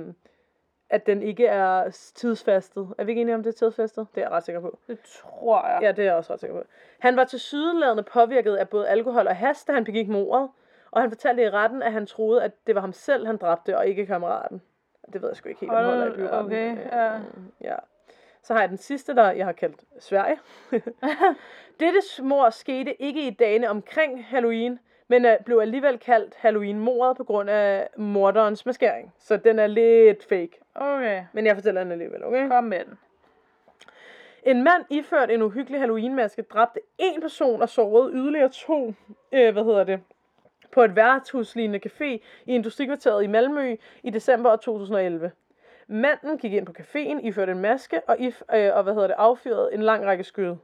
A: at den ikke er tidsfastet. Er vi ikke enige om, det er tidsfastet? Det er jeg ret sikker på.
B: Det tror jeg.
A: Ja, det er jeg også ret sikker på. Han var til sydeladende påvirket af både alkohol og has, da han begik mordet. Og han fortalte i retten, at han troede, at det var ham selv, han dræbte, og ikke kammeraten. Det ved jeg sgu ikke helt, om holder i byretten.
B: okay,
A: Øh,
B: ja.
A: ja. Så har jeg den sidste, der jeg har kaldt Sverige. Dette mor skete ikke i dagene omkring Halloween, men øh, blev alligevel kaldt Halloween-mordet på grund af morderens maskering. Så den er lidt fake,
B: Okay.
A: men jeg fortæller den alligevel, okay?
B: Kom med den.
A: En mand iført en uhyggelig Halloween-maske dræbte en person og sårede yderligere to, øh, hvad hedder det, på et værtshuslignende café i Industrikvarteret i Malmø i december 2011. Manden gik ind på caféen, iførte en maske og, if, øh, og hvad hedder det, affyrede en lang række skud.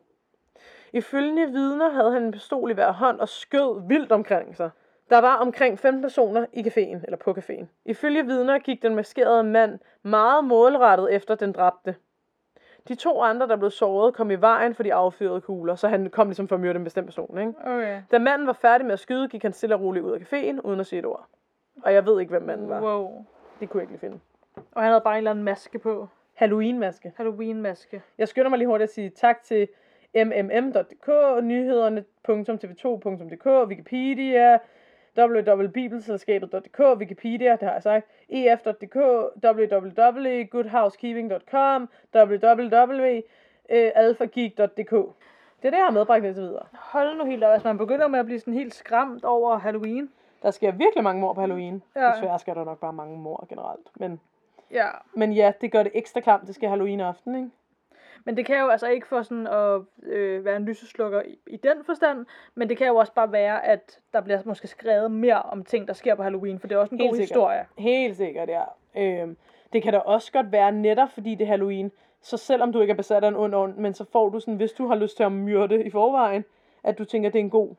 A: Ifølge vidner havde han en pistol i hver hånd og skød vildt omkring sig. Der var omkring 15 personer i caféen, eller på caféen. Ifølge vidner gik den maskerede mand meget målrettet efter den dræbte. De to andre, der blev såret, kom i vejen for de affyrede kugler, så han kom ligesom for at myrde en bestemt person, ikke?
B: Okay.
A: Da manden var færdig med at skyde, gik han stille og roligt ud af caféen, uden at sige et ord. Og jeg ved ikke, hvem manden var.
B: Wow.
A: Det kunne jeg ikke lige finde.
B: Og han havde bare en eller anden maske på.
A: Halloween-maske.
B: Halloween-maske.
A: Jeg skynder mig lige hurtigt at sige tak til mmm.dk, nyhederne.tv2.dk, Wikipedia, www.bibelselskabet.dk, Wikipedia, det har jeg sagt, E ef.dk, www.goodhousekeeping.com, øh, www.alphageek.dk. Det er det, jeg har medbragt indtil videre.
B: Hold nu helt op, altså man begynder med at blive sådan helt skræmt over Halloween.
A: Der sker virkelig mange mor på Halloween. Ja.
B: Ja.
A: Desværre sker der nok bare mange mor generelt. Men,
B: Ja.
A: men ja, det gør det ekstra klamt, det sker Halloween aften, ikke?
B: Men det kan jo altså ikke for sådan at øh, være en lyseslukker i, i den forstand, men det kan jo også bare være, at der bliver måske skrevet mere om ting, der sker på Halloween, for det er også en
A: Helt
B: god
A: sikkert.
B: historie.
A: Helt sikkert, ja. Øhm, det kan da også godt være netop, fordi det er Halloween. Så selvom du ikke er besat af en ond ånd, men så får du sådan, hvis du har lyst til at myrde i forvejen, at du tænker, at det er en god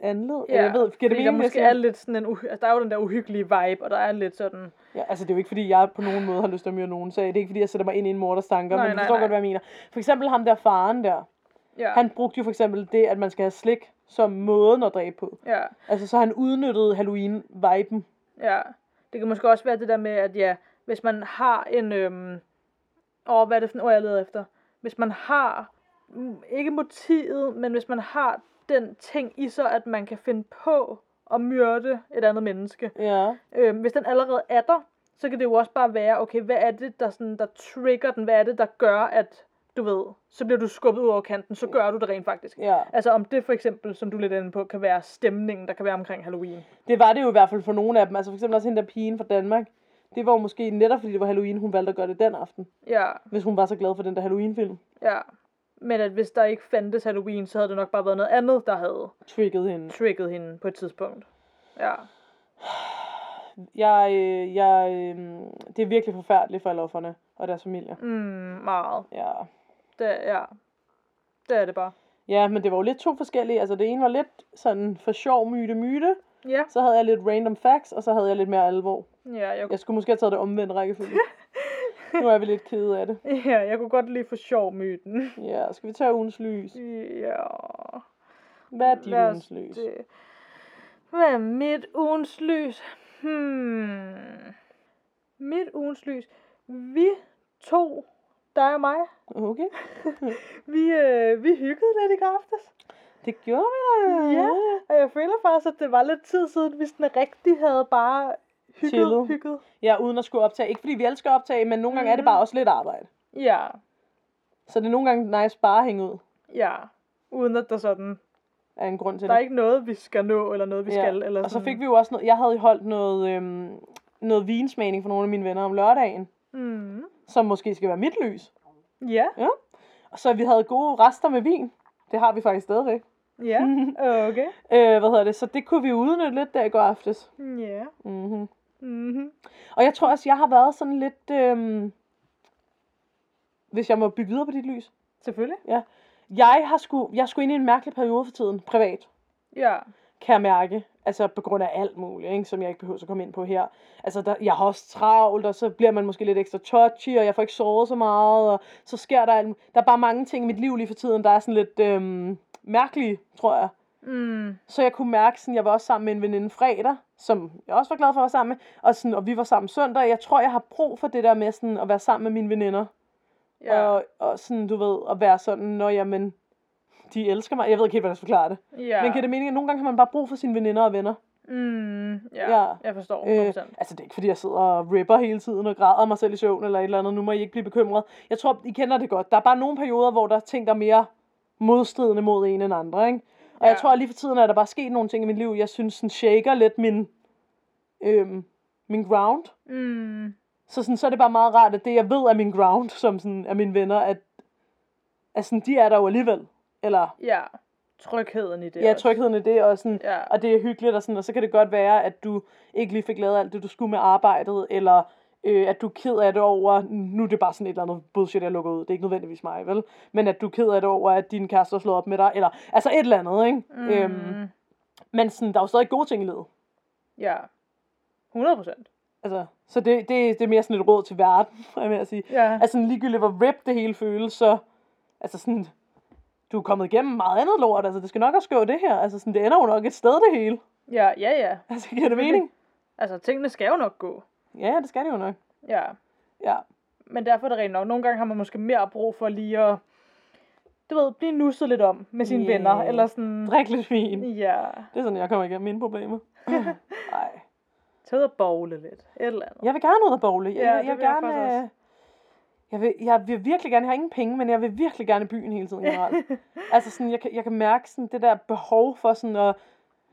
A: anled. Ja, jeg ved, giver det
B: fordi der
A: mening,
B: måske
A: måske
B: er lidt sådan en, uh, altså der er jo den der uhyggelige vibe, og der er lidt sådan,
A: ja, altså, det er jo ikke, fordi jeg på nogen måde har lyst til at myrde nogen, så det er ikke, fordi jeg sætter mig ind i en morders tanker,
B: Nej,
A: men du
B: nej,
A: forstår
B: nej.
A: godt, hvad jeg mener. For eksempel ham der faren der,
B: ja,
A: han brugte jo for eksempel det, at man skal have slik som måden at dræbe på.
B: ja,
A: Altså, så han udnyttede Halloween-viben.
B: ja. Det kan måske også være det der med, at ja, hvis man har en, øhm, åh, hvad er det for en ord, jeg leder efter? Hvis man har, mm, ikke motivet, men hvis man har den ting i sig, at man kan finde på at myrde et andet menneske.
A: Ja.
B: Øhm, hvis den allerede er der, så kan det jo også bare være, okay, hvad er det, der, sådan, der trigger den? Hvad er det, der gør, at du ved, så bliver du skubbet ud over kanten, så gør du det rent faktisk.
A: Ja.
B: Altså om det for eksempel, som du er lidt inde på, kan være stemningen, der kan være omkring Halloween.
A: Det var det jo i hvert fald for nogle af dem. Altså for eksempel også hende der pigen fra Danmark. Det var jo måske netop, fordi det var Halloween, hun valgte at gøre det den aften.
B: Ja,
A: Hvis hun var så glad for den der Halloween-film.
B: ja. Men at hvis der ikke fandtes Halloween, så havde det nok bare været noget andet, der havde
A: Triggede hende.
B: trigget hende på et tidspunkt. Ja,
A: Jeg, øh, jeg, øh, det er virkelig forfærdeligt for alle offerne og deres familier.
B: mm, meget.
A: Ja.
B: Det, ja. det er det bare.
A: ja, men det var jo lidt to forskellige. Altså det ene var lidt sådan for sjov myte-myte.
B: Ja,
A: Så havde jeg lidt random facts, og så havde jeg lidt mere alvor.
B: ja jeg,
A: Jeg skulle måske have taget det omvendt rækkefølge. nu er vi lidt kede af det.
B: ja, jeg kunne godt lide for sjov myten.
A: Ja, skal vi tage ugens lys?
B: Ja.
A: Hvad er dit
B: Lad os
A: ugens lys?
B: Det. Hvad er mit ugens lys? Hmm. Mit ugens lys. Vi to, dig og mig,
A: Okay.
B: vi, øh, vi hyggede lidt i går aftes.
A: Det gjorde vi da.
B: Ja, og jeg føler faktisk, at det var lidt tid siden, vi sådan rigtig havde bare hygget.
A: Chillet.
B: hygget.
A: Ja, uden at skulle optage. Ikke fordi vi elsker at optage, men nogle
B: Mhm.
A: gange er det bare også lidt arbejde.
B: Ja,
A: Så det er nogle gange nice bare at hænge ud
B: ja. Uden at der sådan,
A: af en grund til
B: der er
A: det.
B: ikke noget, vi skal nå, eller noget, vi
A: Ja.
B: skal. Eller
A: Og så
B: sådan.
A: fik vi jo også noget, jeg havde jo holdt noget, øhm, noget vinsmagning for nogle af mine venner om lørdagen,
B: Mm.
A: som måske skal være mit lys.
B: Ja,
A: Og så vi havde gode rester med vin. Det har vi faktisk stadigvæk.
B: ja, okay.
A: Øh, hvad hedder det? Så det kunne vi udnytte lidt der i går aftes.
B: Ja.
A: Mm-hmm.
B: Mhm.
A: Og jeg tror også, jeg har været sådan lidt... Øhm, hvis jeg må bygge videre på dit lys,
B: Selvfølgelig.
A: Jeg har sku, jeg skulle ind i en mærkelig periode for tiden, privat.
B: Ja.
A: kan jeg mærke. Altså på grund af alt muligt, ikke? som jeg ikke behøver at komme ind på her. Altså der, jeg har også travlt, og så bliver man måske lidt ekstra touchy, og jeg får ikke sovet så meget, og så sker der alt mu- Der er bare mange ting i mit liv lige for tiden, der er sådan lidt øhm, mærkelige, tror jeg.
B: Mm.
A: Så jeg kunne mærke, sådan, jeg var også sammen med en veninde fredag, som jeg også var glad for at være sammen med, og, sådan, og vi var sammen søndag. Jeg tror, jeg har brug for det der med sådan, at være sammen med mine veninder.
B: Ja.
A: Og, og sådan, du ved, at være sådan, når jamen, de elsker mig. Jeg ved ikke helt, hvordan jeg skal forklare det.
B: ja.
A: Ja. Men giver det mening, at nogle gange har man bare brug for sine veninder og venner.
B: Mm. Ja.
A: Ja.
B: Jeg forstår 100%.
A: Øh, altså, det er ikke, fordi jeg sidder og ripper hele tiden og græder mig selv i søvn eller et eller andet. Nu må I ikke blive bekymret. Jeg tror, I kender det godt. Der er bare nogle perioder, hvor der er ting, der er mere modstridende mod en end andre, ikke? Og ja. jeg
B: Ja.
A: tror, at lige for tiden er der bare sket nogle ting i mit liv, jeg synes, sådan shaker lidt min, øhm, min ground.
B: Mm.
A: Så, sådan, så er det bare meget rart, at det, jeg ved er min ground, som sådan, er mine venner, at, at sådan, de er der jo alligevel. Eller,
B: Ja. Trygheden i det
A: ja,
B: også.
A: trygheden i det, og sådan,
B: Ja.
A: og det er hyggeligt og sådan, og så kan det godt være, at du ikke lige fik lavet alt det, du skulle med arbejdet, eller øh, at du er ked af det over, nu er det bare sådan et eller andet bullshit, jeg lukker ud, det er ikke nødvendigvis mig, vel? Men at du er ked af det over, at din kæreste har slået op med dig, eller altså et eller andet, ikke?
B: Mm.
A: Øhm, men sådan, der er jo stadig gode ting i livet.
B: Ja. 100%.
A: Altså, så det, det, det er mere sådan et råd til verden, er jeg med at sige.
B: Ja.
A: Altså sådan ligegyldigt, hvor rip det hele føles, så altså sådan, du er kommet igennem meget andet lort, altså det skal nok også gå det her, altså sådan, det ender jo nok et sted det hele.
B: Ja, ja, ja.
A: Altså, giver det mening?
B: Altså, tingene skal jo nok gå.
A: Ja, det skal det jo nok.
B: Ja.
A: Ja.
B: Men derfor er det rent nok. Nogle gange har man måske mere brug for lige at, du ved, blive nusset lidt om med sine
A: Ja.
B: venner. Eller sådan,
A: Drik lidt vin.
B: ja,
A: Det er sådan, jeg kommer igennem mine problemer. Nej.
B: tage ud og bogle lidt. Et eller andet.
A: Jeg vil gerne ud og bowle. Jeg,
B: Ja,
A: jeg,
B: det
A: jeg vil
B: vil jeg
A: gerne...
B: faktisk også.
A: øh, Jeg vil, jeg vil virkelig gerne, jeg har ingen penge, men jeg vil virkelig gerne i byen hele tiden generelt. altså sådan, jeg kan, jeg kan mærke sådan det der behov for sådan at,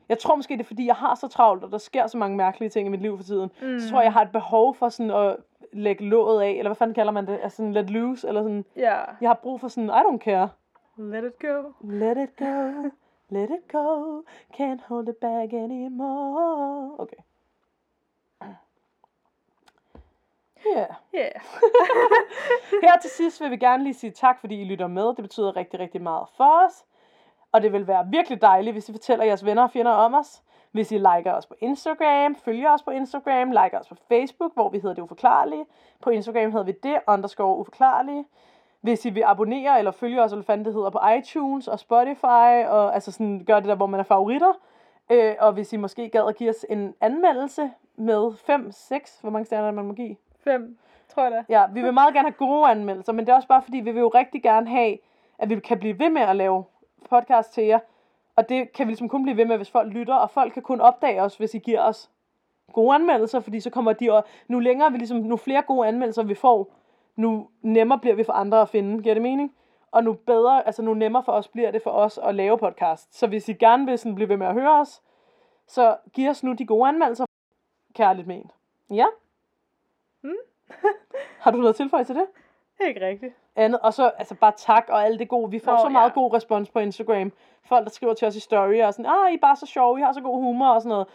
A: jeg tror måske det er fordi, jeg har så travlt, og der sker så mange mærkelige ting i mit liv for tiden. Mm. Så tror jeg, jeg har et behov for sådan at lægge låget af, eller hvad fanden kalder man det, altså sådan let loose, eller sådan,
B: Ja.
A: jeg har brug for sådan, I don't care.
B: Let it go.
A: Let it go, let it go, can't hold it back anymore. Okay. Ja, yeah.
B: Yeah.
A: her til sidst vil vi gerne lige sige tak, fordi I lytter med. Det betyder rigtig, rigtig meget for os. Og det vil være virkelig dejligt, hvis I fortæller jeres venner og fjender om os. Hvis I liker os på Instagram, følger os på Instagram, liker os på Facebook, hvor vi hedder Det Uforklarlige. På Instagram hedder vi Det underscore uforklarlige. Hvis I vil abonnere eller følge os, eller hvad fanden det hedder, på iTunes og Spotify, og altså sådan gør det der, hvor man er favoritter. Øh, og hvis I måske gad at give os en anmeldelse med 5, 6, hvor mange stjerner er det, man må give?
B: Fem, tror jeg da.
A: Ja, vi vil meget gerne have gode anmeldelser, men det er også bare fordi, vi vil jo rigtig gerne have, at vi kan blive ved med at lave podcast til jer. Og det kan vi ligesom kun blive ved med, hvis folk lytter, og folk kan kun opdage os, hvis I giver os gode anmeldelser, fordi så kommer de, og nu længere vi ligesom, nu flere gode anmeldelser vi får, nu nemmere bliver vi for andre at finde, giver det mening? Og nu bedre, altså nu nemmere for os bliver det for os at lave podcast. Så hvis I gerne vil sådan blive ved med at høre os, så giv os nu de gode anmeldelser, kærligt ment. Ja?
B: Mm.
A: Har du noget at tilføje til det?
B: Ikke rigtigt.
A: andet. Og så altså bare tak og alt det gode. Vi får
B: Nå,
A: oh, så meget
B: ja.
A: god respons på Instagram. Folk, der skriver til os i story og sådan, ah, I er bare så sjove, I har så god humor og sådan noget.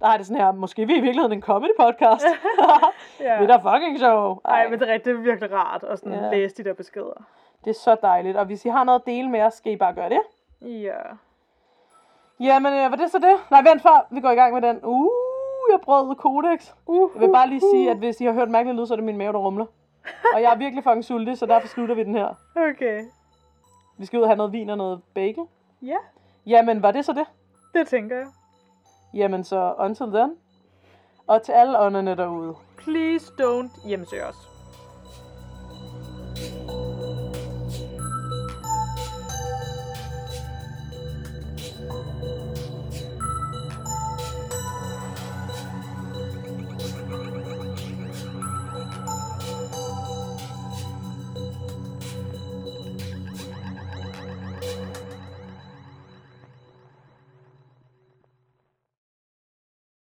A: Der er det sådan her, måske er vi i virkeligheden en comedy podcast.
B: Ja.
A: Vi er da fucking sjove.
B: Ej, men det er rigtigt. Det er virkelig rart at sådan
A: Ja.
B: yeah. læse de der beskeder.
A: Det er så dejligt. Og hvis I har noget at dele med os, skal I bare gøre det.
B: Ja.
A: Jamen, øh, var det så det? Nej, vent før. Vi går i gang med den. Uh, jeg brød kodex.
B: Uh,
A: Jeg vil bare lige sige, at hvis I har hørt mærkelige lyde, så er det min mave, der rumler. Og jeg er virkelig fucking sulten, så derfor slutter vi den her.
B: Uh-huh. Okay.
A: Vi skal ud og have noget vin og noget bagel.
B: Ja,
A: Jamen, var det så det?
B: det tænker jeg.
A: Jamen så, until then. Og til alle ånderne derude.
B: Please don't hjemsøge os.